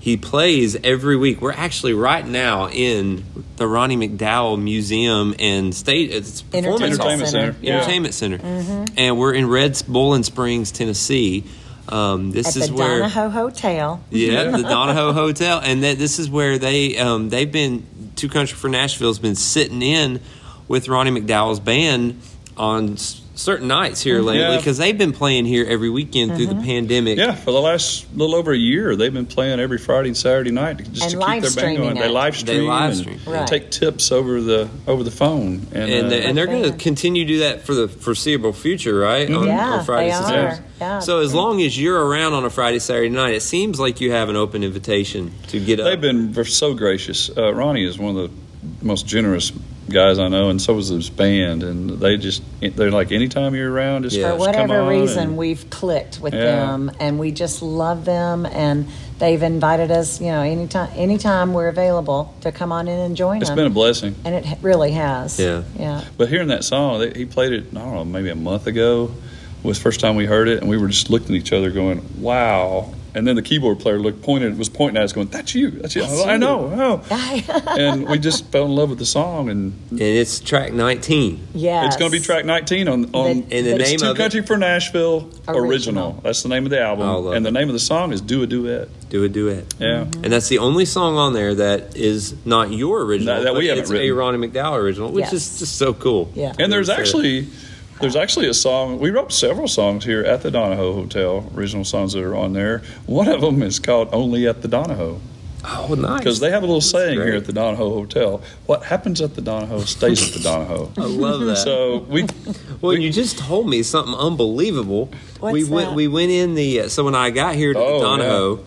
he plays every week. We're actually right now in the Ronnie McDowell Museum and State it's a performance hall. Entertainment Center. Yeah. Entertainment Center, and we're in Red Bowling Springs, Tennessee. Um, this At the is where Donahoe Hotel. yeah, Yeah. the Donahoe Hotel, and that this is where they um, they've been Two Country for Nashville's been sitting in with Ronnie McDowell's band on s- certain nights here lately lately Mm-hmm. Yeah. because they've been playing here every weekend through Mm-hmm. the pandemic. Yeah, for the last little over a year, they've been playing every Friday and Saturday night just And to keep live their band streaming going. They it. live They stream, live stream. and Right. take tips over the over the phone, and, And, uh, they- and they're going to Understand. continue to do that for the foreseeable future, right? On, Mm-hmm. Yeah, Fridays they and are. Saturdays. Yeah. So as long as you're around on a Friday, Saturday night, it seems like you have an open invitation to get up. They've been v- so gracious. Uh, Ronnie is one of the most generous guys I know, and so is his band. And they just they're like, anytime you're around, just, Yeah. just For come whatever on," reason, and- we've clicked with Yeah. them, and we just love them, and they've invited us. You know, anytime anytime we're available to come on in and join it's them, been a blessing. and it h- really has. Yeah. yeah. But hearing that song, they, he played it. I don't know, maybe a month ago was the first time we heard it, and we were just looking at each other, going, "Wow." And then the keyboard player looked pointed was pointing at us, going, "That's you, that's you." I was like, I know, I know. and we just fell in love with the song, and and it's track 19. Yes. It's going to be track 19 on on And the it's name Two of it- Country for Nashville original. Original. That's the name of the album, Oh, I love and the it. name of the song is "Do a Duet." Do a duet. Yeah, And that's the only song on there that is not your original. No, that we but haven't it's a written. Ronnie McDowell original, which is Yes. just so cool. Yeah. and there's It's, uh, actually there's actually a song we wrote several songs here at the Donahoe Hotel. Original songs that are on there. One of them is called "Only at the Donahoe" oh nice because they have a little saying here great. at the Donahoe Hotel: "What happens at the Donahoe stays at the Donahoe." I love that. So we well, you just told me something unbelievable. What's we went that? we went in the uh, so when I got here to Oh, the yeah. Donahoe,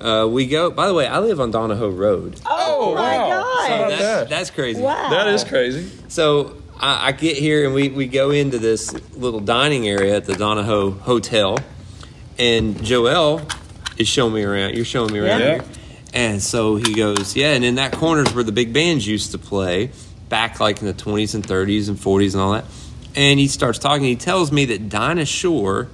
uh, we go. By the way, I live on Donahoe Road. Oh, my wow. So God! That's, that- that's crazy. wow. that is crazy. So I, I get here and we, we go into this little dining area at the Donahoe Hotel, and Joel is showing me around. You're showing me around Yeah. here. And so he goes, Yeah, and in that corner's where the big bands used to play back like in the 20s and 30s and 40s and all that. And he starts talking. He tells me that Dinah Shore,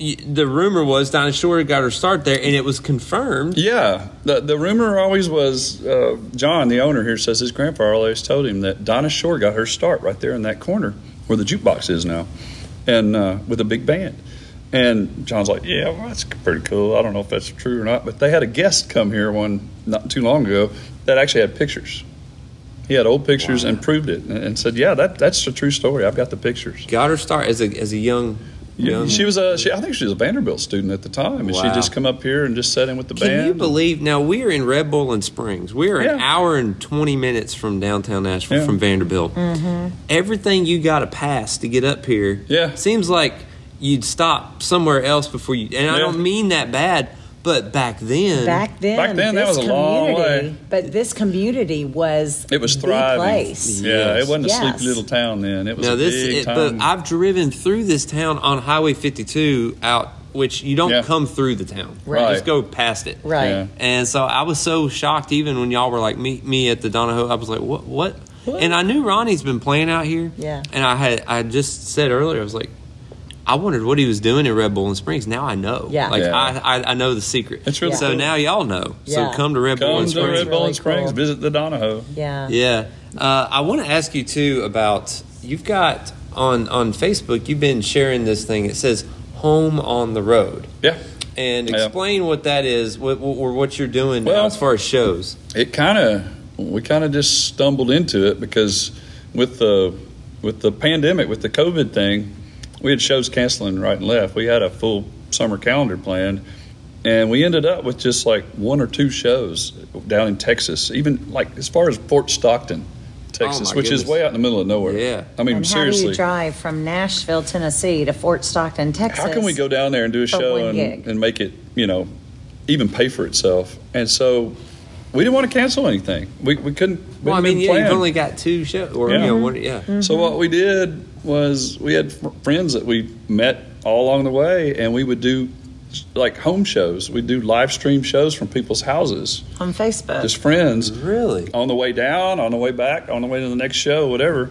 y- the rumor was Dinah Shore got her start there, and it was confirmed. Yeah, the the rumor always was uh, John, the owner here, says his grandfather always told him that Donna Shore got her start right there in that corner where the jukebox is now, and uh, with a big band. And John's like, yeah, well, that's pretty cool. I don't know if that's true or not, but they had a guest come here one not too long ago that actually had pictures. He had old pictures and proved it, and, and said, yeah, that that's a true story. I've got the pictures. Got her start as a, as a young. Yeah, young she was a she, I think she was a Vanderbilt student at the time, and she Wow. just come up here and just sat in with the band. Can you believe? Now we are in Red Bull and Springs. We are an Yeah. hour and twenty minutes from downtown Nashville, Yeah. from Vanderbilt. Mm-hmm. Everything you got to pass to get up here. Yeah. seems like you'd stop somewhere else before you. And I Yeah. don't mean that bad, but back then, Back then, Back then, that this was a long community- way. But this community was It was the thriving. place. Yeah, Yes. it wasn't a Yes. sleepy little town then. It was now a this. big It, town. but I've driven through this town on Highway fifty two out, which you don't Yeah. come through the town. Right. You just go past it. Right. Yeah. And so I was so shocked, even when y'all were like me, me at the Donahoe. I was like, what, what? And I knew Ronnie's been playing out here. Yeah. And I had I just said earlier, I was like, I wondered what he was doing at Red Bull and Springs. Now I know. Yeah. Like Yeah. I, I I know the secret. It's really so cool. now y'all know. Yeah. So come to Red Bull Come and to Springs. Red Bull really and Springs, cool. visit the Donahoe. Yeah. Yeah. Uh, I want to ask you too about you've got on on Facebook. You've been sharing this thing. It says home on the road, Yeah. and Yeah. explain what that is, what, what, or what you're doing now Well- as far as shows. It kind of we kind of just stumbled into it because with the with the pandemic, with the COVID thing, we had shows canceling right and left. We had a full summer calendar planned, and we ended up with just like one or two shows down in Texas, even like as far as Fort Stockton, Oh, Texas, my which is goodness. way out in the middle of nowhere. Yeah. I mean And how do seriously. you drive from Nashville, Tennessee, to Fort Stockton, Texas? How can we go down there and do a for show one and, gig. and make it, you know, even pay for itself? And so we didn't want to cancel anything. We, we couldn't. we Well, I didn't mean, even yeah, you've plan. only got two shows, or you Yeah. know, one, yeah. Mm-hmm. So what we did was we had fr- friends that we met all along the way, and we would do like home shows. We'd do live stream shows from people's houses, on Facebook? just friends Really? on the way down, on the way back, on the way to the next show, whatever.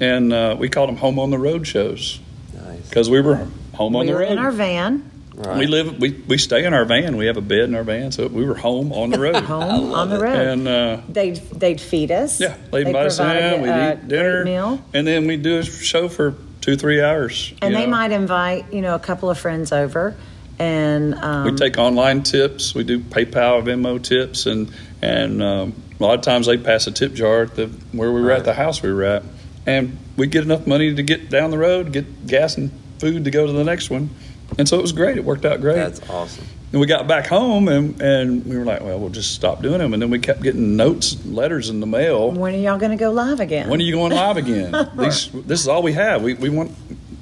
And uh, we called them home on the road shows Nice. because we were home on we the were road. in our van, Right. We live. We, we stay in our van. We have a bed in our van, so we were home on the road. home on the road. And uh, they'd they'd feed us. yeah, they invite us provided in. We'd a eat dinner, great meal, and then we do a show for two three hours. and you they know. might invite you know a couple of friends over, and um, We take online tips. We do PayPal, Venmo tips, and and um, a lot of times they pass a tip jar at the where we were at the house we were at, and we get enough money to get down the road, get gas and food to go to the next one. And so it was great. It worked out great. That's awesome. And we got back home and, and we were like, well, we'll just stop doing them. And then we kept getting notes, letters in the mail. um, when are y'all going to go live again? When are you going live again? These, this is all we have. We, we want,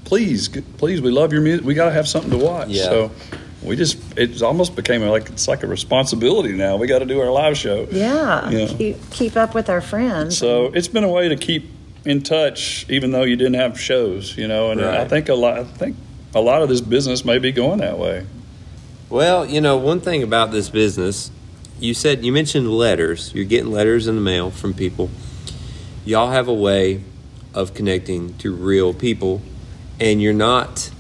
please, g- please, we love your music. We got to have something to watch. Yeah. So we just, it almost became like, it's like a responsibility now. We got to do our live show. yeah, Yeah. Keep, keep up with our friends. So it's been a way to keep in touch, even though you didn't have shows, you know, and I Right. think a lot, I think a lot of this business may be going that way. Well, you know, one thing about this business, you said you mentioned letters. You're getting letters in the mail from people. Y'all have a way of connecting to real people, and you're not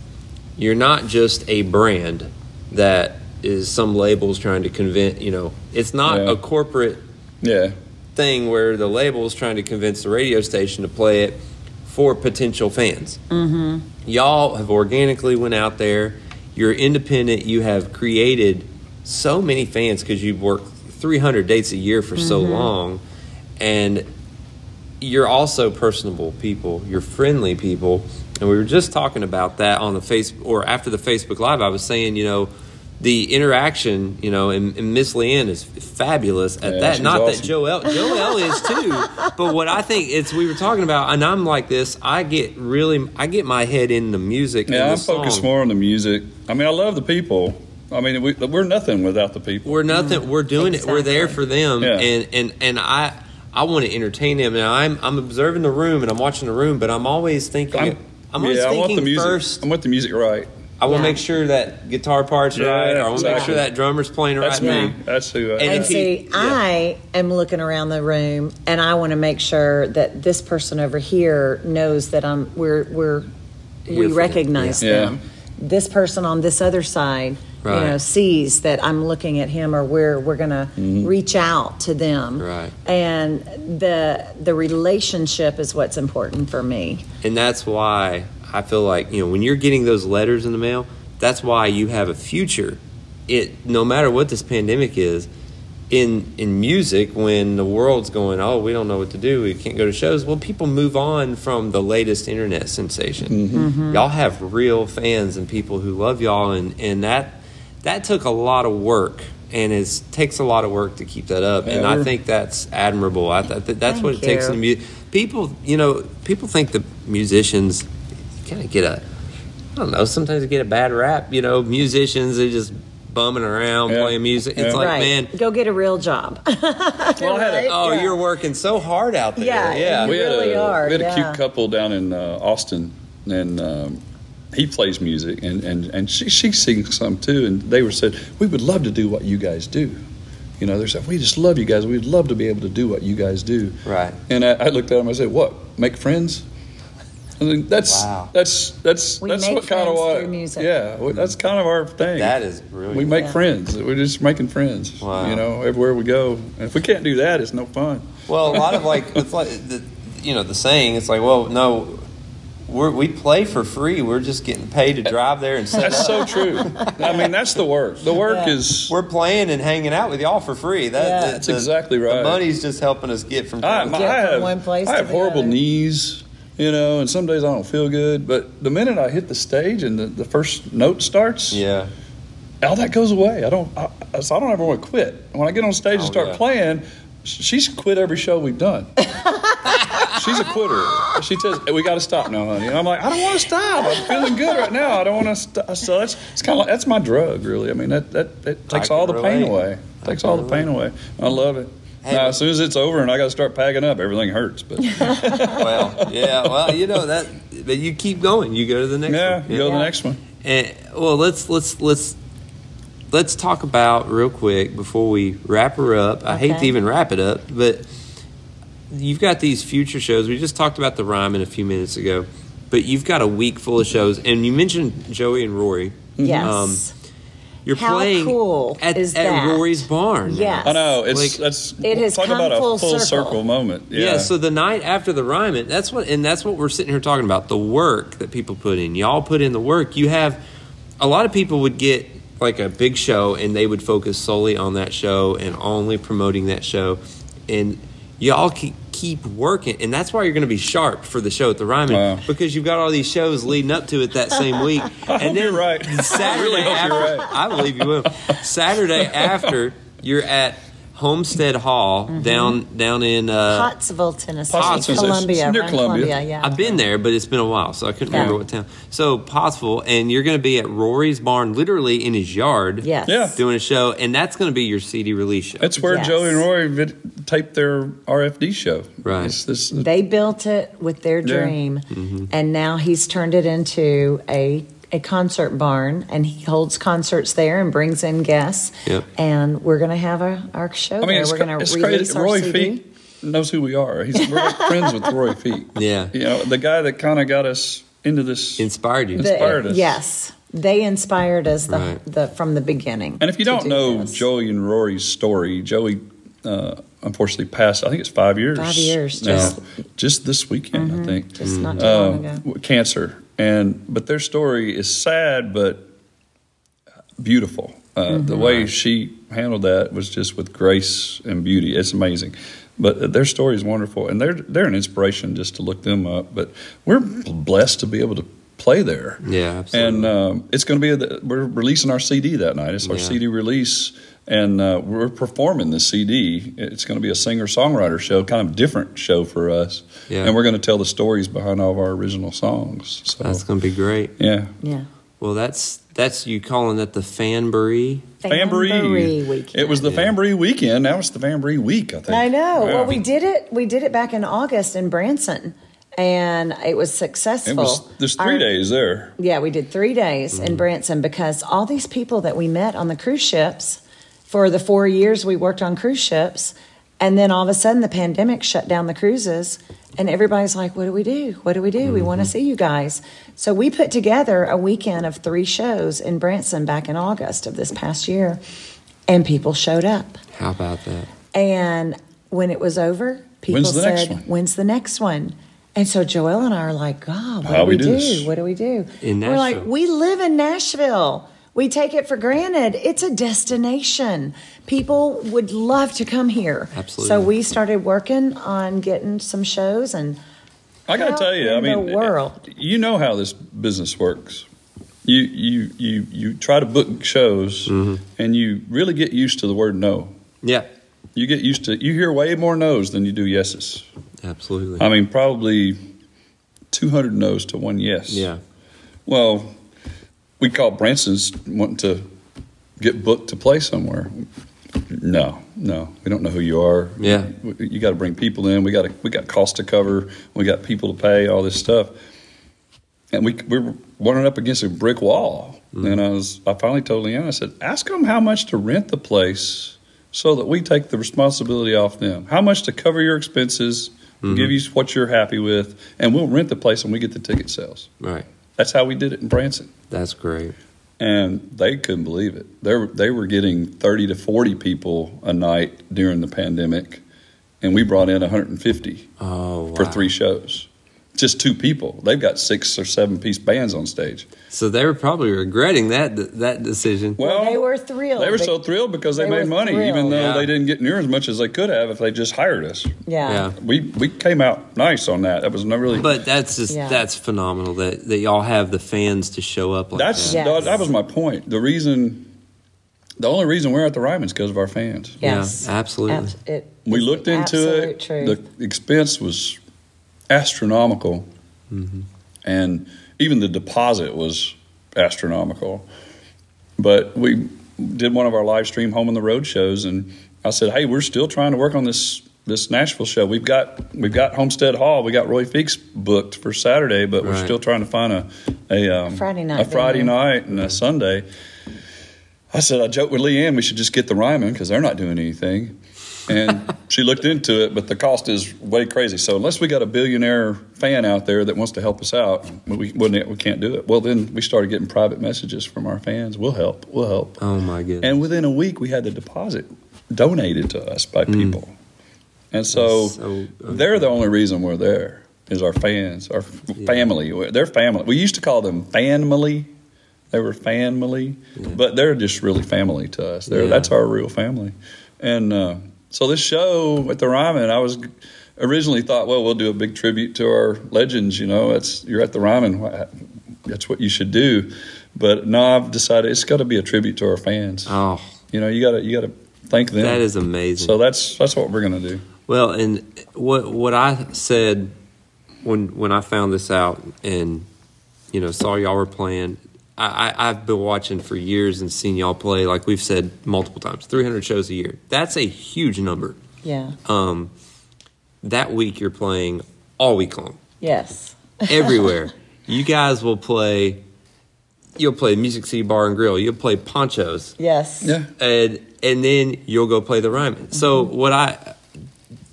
you're not just a brand that is some labels trying to convince. You know, it's not Yeah. a corporate Yeah. thing where the label is trying to convince the radio station to play it for potential fans. Mm-hmm. Y'all have organically went out there. You're independent. You have created so many fans because you've worked 300 dates a year for so long, and you're also personable people. You're friendly people, and we were just talking about that on the face or after the Facebook Live. I was saying, you know. The interaction, you know, and, and Miss Leanne is fabulous at Yeah, that. she's Not that awesome. Joe Joel, Joel is too. But what I think it's we were talking about, and I'm like this. I get really, I get my head in the music. Yeah, and I the focus song. more on the music. I mean, I love the people. I mean, we, we're nothing without the people. We're nothing. We're doing it. We're there for them, Yeah. and and and I. I want to entertain them, and I'm I'm observing the room and I'm watching the room, but I'm always thinking. I'm, always yeah, I thinking want the music. first. I want the music right. I want to Yeah. make sure that guitar parts are Yeah, right. Or I want to make exactly. sure that drummer's playing That's right me. now. That's who. I And am. And if he- see, yeah. I am looking around the room, and I want to make sure that this person over here knows that I'm. We're we're Here we for them. recognize Yeah. them. This person on this other side, Right. you know, sees that I'm looking at him, or we're we're gonna Mm-hmm. reach out to them. Right. And the the relationship is what's important for me. And that's why I feel like, you know, when you're getting those letters in the mail, that's why you have a future. It no matter what this pandemic is in in music when the world's going, "Oh, we don't know what to do. We can't go to shows." Well, people move on from the latest internet sensation. Y'all have real fans and people who love y'all and and that that took a lot of work and it takes a lot of work to keep that up and Yeah, i we're- think that's admirable i th- that's what it Thank takes you. in mu- people you know people think the musicians kind of get a i don't know sometimes they get a bad rap you know musicians they just bumming around Yeah. playing music it's Yeah. like right. man Go get a real job. Well, I had a- oh Yeah. you're working so hard out there Yeah, yeah you we had really a, are, We had a yeah. cute couple down in uh, Austin, and um, he plays music, and and and she she sings some too. And they were said, we would love to do what you guys do. You know, they're saying, we just love you guys. We'd love to be able to do what you guys do. Right. And I, I looked at them. I said, what? Make friends? I mean, that's Wow. that's that's We that's make what kind of friends what through music. yeah well, that's kind of our thing. That is brilliant. we make Yeah. friends. We're just making friends. Wow. You know, everywhere we go. And if we can't do that, it's no fun. Well, a lot of like, it's like the, you know, the saying. It's like, well, no, we're, we play for free. We're just getting paid to drive there and set That's up. so true. I mean, that's the work. The work Yeah. is. We're playing and hanging out with y'all for free. That, Yeah. the- That's the- exactly right. The money's just helping us get from. I, time to my- time. Get I from have one place I to have the horrible other. knees, you know, and some days I don't feel good. But the minute I hit the stage and the, the first note starts, yeah, all that goes away. I don't. I, I- so I don't ever want to quit. When I get on stage Oh, and start yeah. playing, sh- she's quit every show we've done. she's a quitter. She says we got to stop now, honey. And I'm like, I don't want to stop. I'm feeling good right now. I don't want to stop. So that's it's kind of like, that's my drug, really. I mean, that that, that takes can all the pain relate. away. I takes can all the pain away. I love it. Hey, now, but- as soon as it's over and I got to start packing up, everything hurts. But well, yeah, well, you know that, but you keep going. You go to the next. yeah, one. you go to Yeah. the next one. And, well, let's let's let's let's talk about real quick before we wrap her up. I hate to Okay. even wrap it up, but you've got these future shows. We just talked about the Ryman a few minutes ago, but you've got a week full of shows, and you mentioned Joey and Rory. um, Yes. You're How playing cool at, is at that? Rory's barn. now. Yes. I know it's Like- that's It has talk come about a full full circle, circle moment. Yeah. so the night after the Ryman, that's what and that's what we're sitting here talking about, the work that people put in. Y'all put in the work. You have a lot of people would get like a big show and they would focus solely on that show and only promoting that show and y'all keep keep working and that's why you're going to be sharp for the show at the Ryman Wow. because you've got all these shows leading up to it that same week and hope you're right. I really Saturday hope you're after- right. I believe you will. Saturday after you're at Homestead Hall Mm-hmm. down down in uh, Pottsville, Tennessee. Pottsville, Tennessee. Columbia. It's near around Columbia. yeah. I've been there, but it's been a while, so I couldn't remember Yeah. what town. So Pottsville, and you're going to be at Rory's barn, literally in his yard, Yes. Yeah. doing a show, and that's going to be your CD release show. That's where Yes. Joey and Roy vid- taped their RFD show. Right. It's this- They built it with their Yeah. dream, Mm-hmm. and now he's turned it into a a concert barn, and he holds concerts there and brings in guests. Yep. And we're gonna have our, our show I mean, there. it's, we're cra- gonna it's release crazy. our Roy CD. Feet knows who we are. He's we're like friends with Roy Feet. Yeah. You know, the guy that kind of got us into this. Inspired you, The- Inspired us. Yes, they inspired us the, Right. the from the beginning. and if you to don't do know this. Joey and Rory's story, Joey uh, unfortunately passed. I think it's five years. Five years, now. just- Mm-hmm. just this weekend, I think. just not too Mm. Oh long uh, ago. w- cancer, and but their story is sad but beautiful. Uh, Mm-hmm. The way she handled that was just with grace and beauty. It's amazing. But uh, their story is wonderful, and they're they're an inspiration just to look them up. But we're blessed to be able to play there. Yeah, absolutely. And um, it's going to be the, we're releasing our CD that night. It's our Yeah. CD release, and uh, we're performing the CD. It's going to be a singer songwriter show, kind of different show for us. Yeah. And we're going to tell the stories behind all of our original songs. So That's going to be great. yeah, Yeah. Well, that's that's you calling that the Fanbury. Fanbury. weekend. It was the Fanbury weekend. Now it's the Fanbury week. I think. I know. Yeah. Well, we did it. We did it back in August in Branson, and it was successful. It was Mm. there's three Our- days there. Yeah, we did three days in Branson because all these people that we met on the cruise ships for the four years we worked on cruise ships, and then all of a sudden the pandemic shut down the cruises, and everybody's like, "What do we do? What do we do? We Mm-hmm. want to see you guys." So we put together a weekend of three shows in Branson back in August of this past year, and people showed up. How about that? And when it was over, people When's the said, next one? "When's the next one?" And so Joel and I are like, "God, what How do we we do do? this?" What do we do?" In We're like, Nashville. "We live in Nashville. We take it for granted. It's a destination. People would love to come here." Absolutely. So we started working on getting some shows, and I got to How tell you, I in the mean, world? you know how this business works. You you you you try to book shows, Mm-hmm. and you really get used to the word no. Yeah, You get used to you hear way more no's than you do yeses. absolutely. I mean, probably two hundred no's to one yes. yeah, Well, we called Branson's wanting to get booked to play somewhere. No, no, we don't know who you are. Yeah. We- you got to bring people in. We got to, we got cost to cover. We got people to pay. All this stuff, and we we were running up against a brick wall. And I was, I finally told Leanne, I said, ask them how much to rent the place so that we take the responsibility off them. How much to cover your expenses, Mm-hmm. give you what you're happy with, and we'll rent the place and we get the ticket sales. Right. That's how we did it in Branson. That's great. And they couldn't believe it. They were, they were getting 30 to 40 people a night during the pandemic, and we brought in 150 Oh, wow. for three shows. Just two people. They've got six or seven piece bands on stage. So they were probably regretting that that decision. Well, they were thrilled. They were They- so thrilled because they, they made were money, even thrilled. though Yeah. they didn't get near as much as they could have if they just hired us. Yeah. Yeah. We we came out nice on that. That was not really. But that's just Yeah. that's phenomenal that, that y'all have the fans to show up like that's that. Yeah. Yes. that, that was my point. The reason, the only reason we're at the Ryman's because of our fans. Yes. Yeah, absolutely. Abs- it We is the looked into absolute it. Truth. The expense was astronomical, and even the deposit was astronomical. But we did one of our live stream home on the road shows, and I said, "Hey, we're still trying to work on this this Nashville show. We've got we've got Homestead Hall, we got Roy Feeks booked for Saturday, but we're Right. still trying to find a a um, Friday night a Friday venue. night and a Sunday." I said, I joked with Leanne, we should just get the Ryman because they're not doing anything. And she looked into it, but the cost is way crazy. So unless we got a billionaire fan out there that wants to help us out, we, we, we can't do it. Well, then we started getting private messages from our fans. We'll help. We'll help. oh my goodness. And within a week, we had the deposit donated to us by people. And so, That's so- they're the only reason we're there is our fans, our f family. We're- They're family. We used to call them family. They were family, but they're just really family to us. They're, Yeah. That's our real family. And uh, so this show at the Ryman, I was g- originally thought, well, we'll do a big tribute to our legends. You know, it's you're at the Ryman. wha- That's what you should do. But no, I've decided it's got to be a tribute to our fans. oh, You know, you gotta you gotta thank them. that is amazing. so that's that's what we're gonna do. Well, and what what I said when when I found this out and you know saw y'all were playing, I, I I've been watching for years and seen y'all play. Like we've said multiple times, 300 shows a year. That's a huge number. yeah. Um, that week you're playing all week long, Yes. everywhere. you guys will play. You'll play Music City Bar and Grill. You'll play Ponchos Yes. Yeah. and and then you'll go play the Ryman. So what I,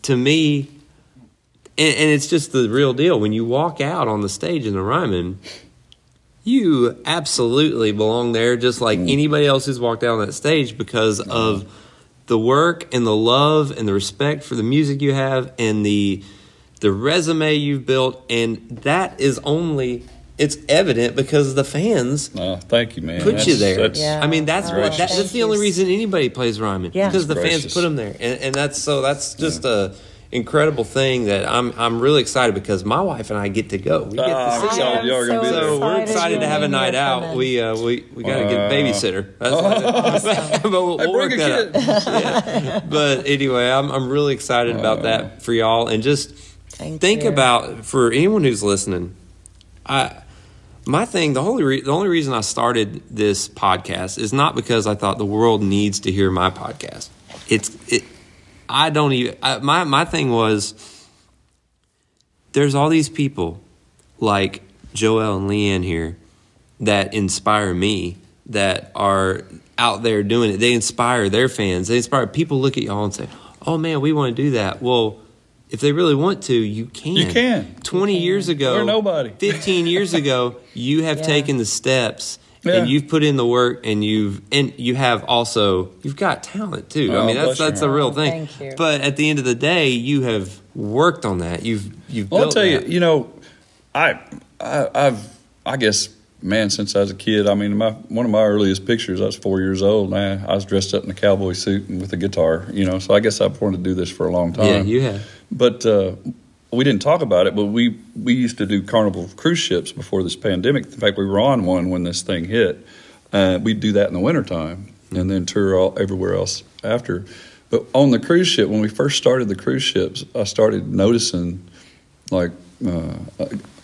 to me, and, and it's just the real deal. When you walk out on the stage in the Ryman, you absolutely belong there, just like anybody else who's walked out on that stage because of the work and the love and the respect for the music you have and the the resume you've built, and that is only it's evident because the fans No, Uh, thank you, man. put you That's- there. that's- Yeah. I mean, that's Oh, what that, gracious. that's the only reason anybody plays Ryman Yeah. because the fans Gracious. put them there, and, and that's so that's just a incredible thing that I'm I'm really excited because my wife and I get to go. We get Ah, to see y'all- y'all. y'all are gonna be So we're excited excited to you're have a gonna night be here out. coming. We uh, we we got to get a Wow. babysitter. That's awesome. but we'll, Hey, we'll bring work a that out kid. but anyway, I'm I'm really excited about that for y'all, and just Thank think you. about for anyone who's listening. I my thing the only re- the only reason I started this podcast is not because I thought the world needs to hear my podcast. It's it. I don't even I, my my thing was there's all these people like Joel and Leanne here that inspire me that are out there doing it. They inspire their fans. They inspire people look at y'all and say, "Oh man, we want to do that." Well, if they really want to, you can. You can. 20 years ago, We're nobody. 15 years ago, you have Yeah. taken the steps Yeah. and you've put in the work and you've and you have also you've got talent too. I Oh, mean, that's bless your that's the heart. real Oh, thing. thank you. But at the end of the day, you have worked on that. You've you've Well, I'll built tell you, that. you know, I, I, I've, I guess, man, since I was a kid, I mean, my one of my earliest pictures, I was four years old, and I, I was dressed up in a cowboy suit and with a guitar, you know. So I guess I've wanted to do this for a long time. yeah, you have. But uh, we didn't talk about it. But we we used to do Carnival cruise ships before this pandemic. In fact, we were on one when this thing hit. Uh, we'd do that in the wintertime and then tour all everywhere else after. But on the cruise ship, when we first started the cruise ships, I started noticing like uh,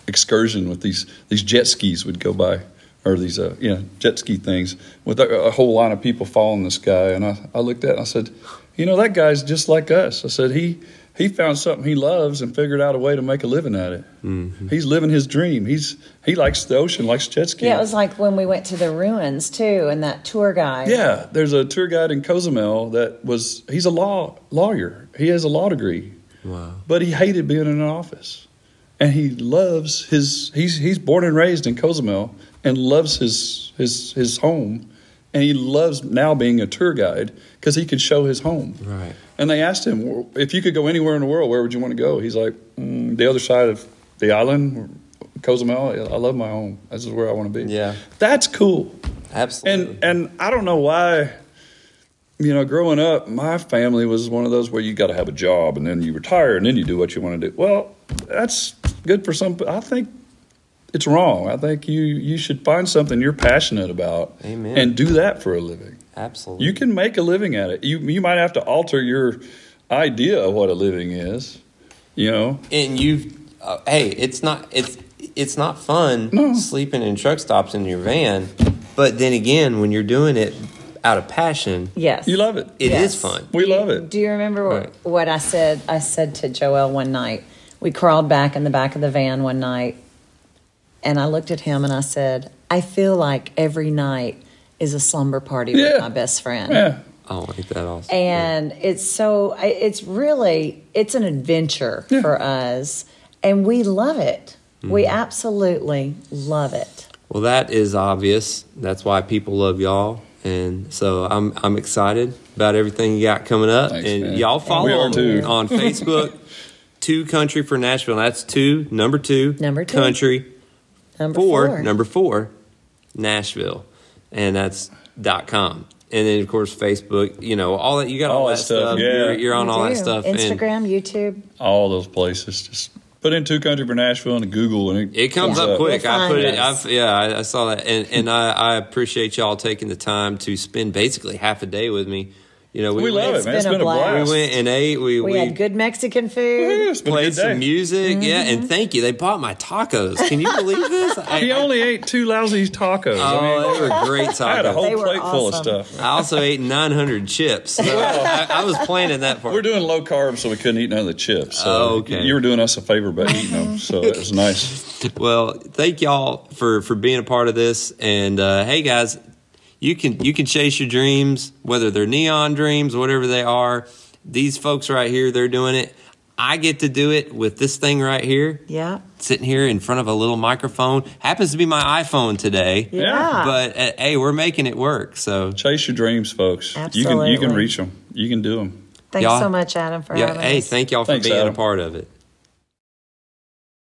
excursion with these these jet skis would go by or these uh, yeah jet ski things with a, a whole line of people following this guy and I, I looked at it and I said you know, that guy's just like us. I said, he he found something he loves and figured out a way to make a living at it. He's living his dream. He's he likes the ocean, likes jet skiing. Yeah, it was like when we went to the ruins too, and that tour guide. Yeah, there's a tour guide in Cozumel that was he's a law lawyer. He has a law degree. Wow. But he hated being in an office. And he loves his he's he's born and raised in Cozumel and loves his his his home and he loves now being a tour guide cuz he could show his home. Right. And they asked him "Well, if you could go anywhere in the world, where would you want to go? He's like, mm, the other side of the island, Cozumel. I love my home. This is where I want to be. Yeah. That's cool Absolutely. and and I don't know why. You know, growing up, my family was one of those where you got to have a job and then you retire and then you do what you want to do. Well, that's good for some. I think it's wrong. I think you you should find something you're passionate about Amen. and do that for a living. Absolutely. You can make a living at it. You you might have to alter your idea of what a living is. You know, and you've uh, hey it's not it's it's not fun No. sleeping in truck stops in your van but then again when you're doing it out of passion Yes. you love it. it is Yes. fun we love it. Do you remember what, Right. what I said? I said to Joel one night. We crawled back in the back of the van one night, and I looked at him and I said, "I feel like every night is a slumber party Yeah. with my best friend." Yeah. oh ain't that awesome and it's so I- it's really it's an adventure for us and we love it we Mm-hmm. absolutely love it well that is obvious that's why people love y'all and so I'm I'm excited about everything you got coming up Thanks, and man. y'all follow We are them too. on Facebook two country for Nashville that's two number two Number two. country number four, four, number four, Nashville, and that's dot com. And then of course Facebook, you know, all that you got all, that stuff. yeah. You're, you're on We all do. that stuff. And instagram youtube all those places. Just put in two country for Nashville into Google, and it, it comes Yeah. up quick. You'll I put find it. us. I've, yeah, I, I saw that, and and I, I appreciate y'all taking the time to spend basically half a day with me. You know, we, We love went, it, man. It's been, a blast. We went and ate. We we, we, had good mexican Yeah, food it's been a played good day. some music. Yeah, Mm-hmm. and thank you. They bought my tacos. Can you believe this? I, He only ate two lousy tacos. I, mean, oh, they were great tacos. I had a whole They were plate full of awesome. stuff. I also ate 900 chips. So I, I was planning that part. We're doing low carb, so we couldn't eat none of the chips. So Oh, okay. You were doing us a favor by eating them, so it was nice. well, thank y'all for for being a part of this. And uh, hey, guys, you can you can chase your dreams, whether they're neon dreams, whatever they are. These folks right here, they're doing it. I get to do it with this thing right here, yeah sitting here in front of a little microphone. Happens to be my iPhone today, yeah, Yeah, but uh, hey, we're making it work. So Chase your dreams, folks. You can you Absolutely. can reach them. You can do them. thanks y'all- so much adam for yeah, having hey, us thank y'all for Thanks, being a Adam. part of it.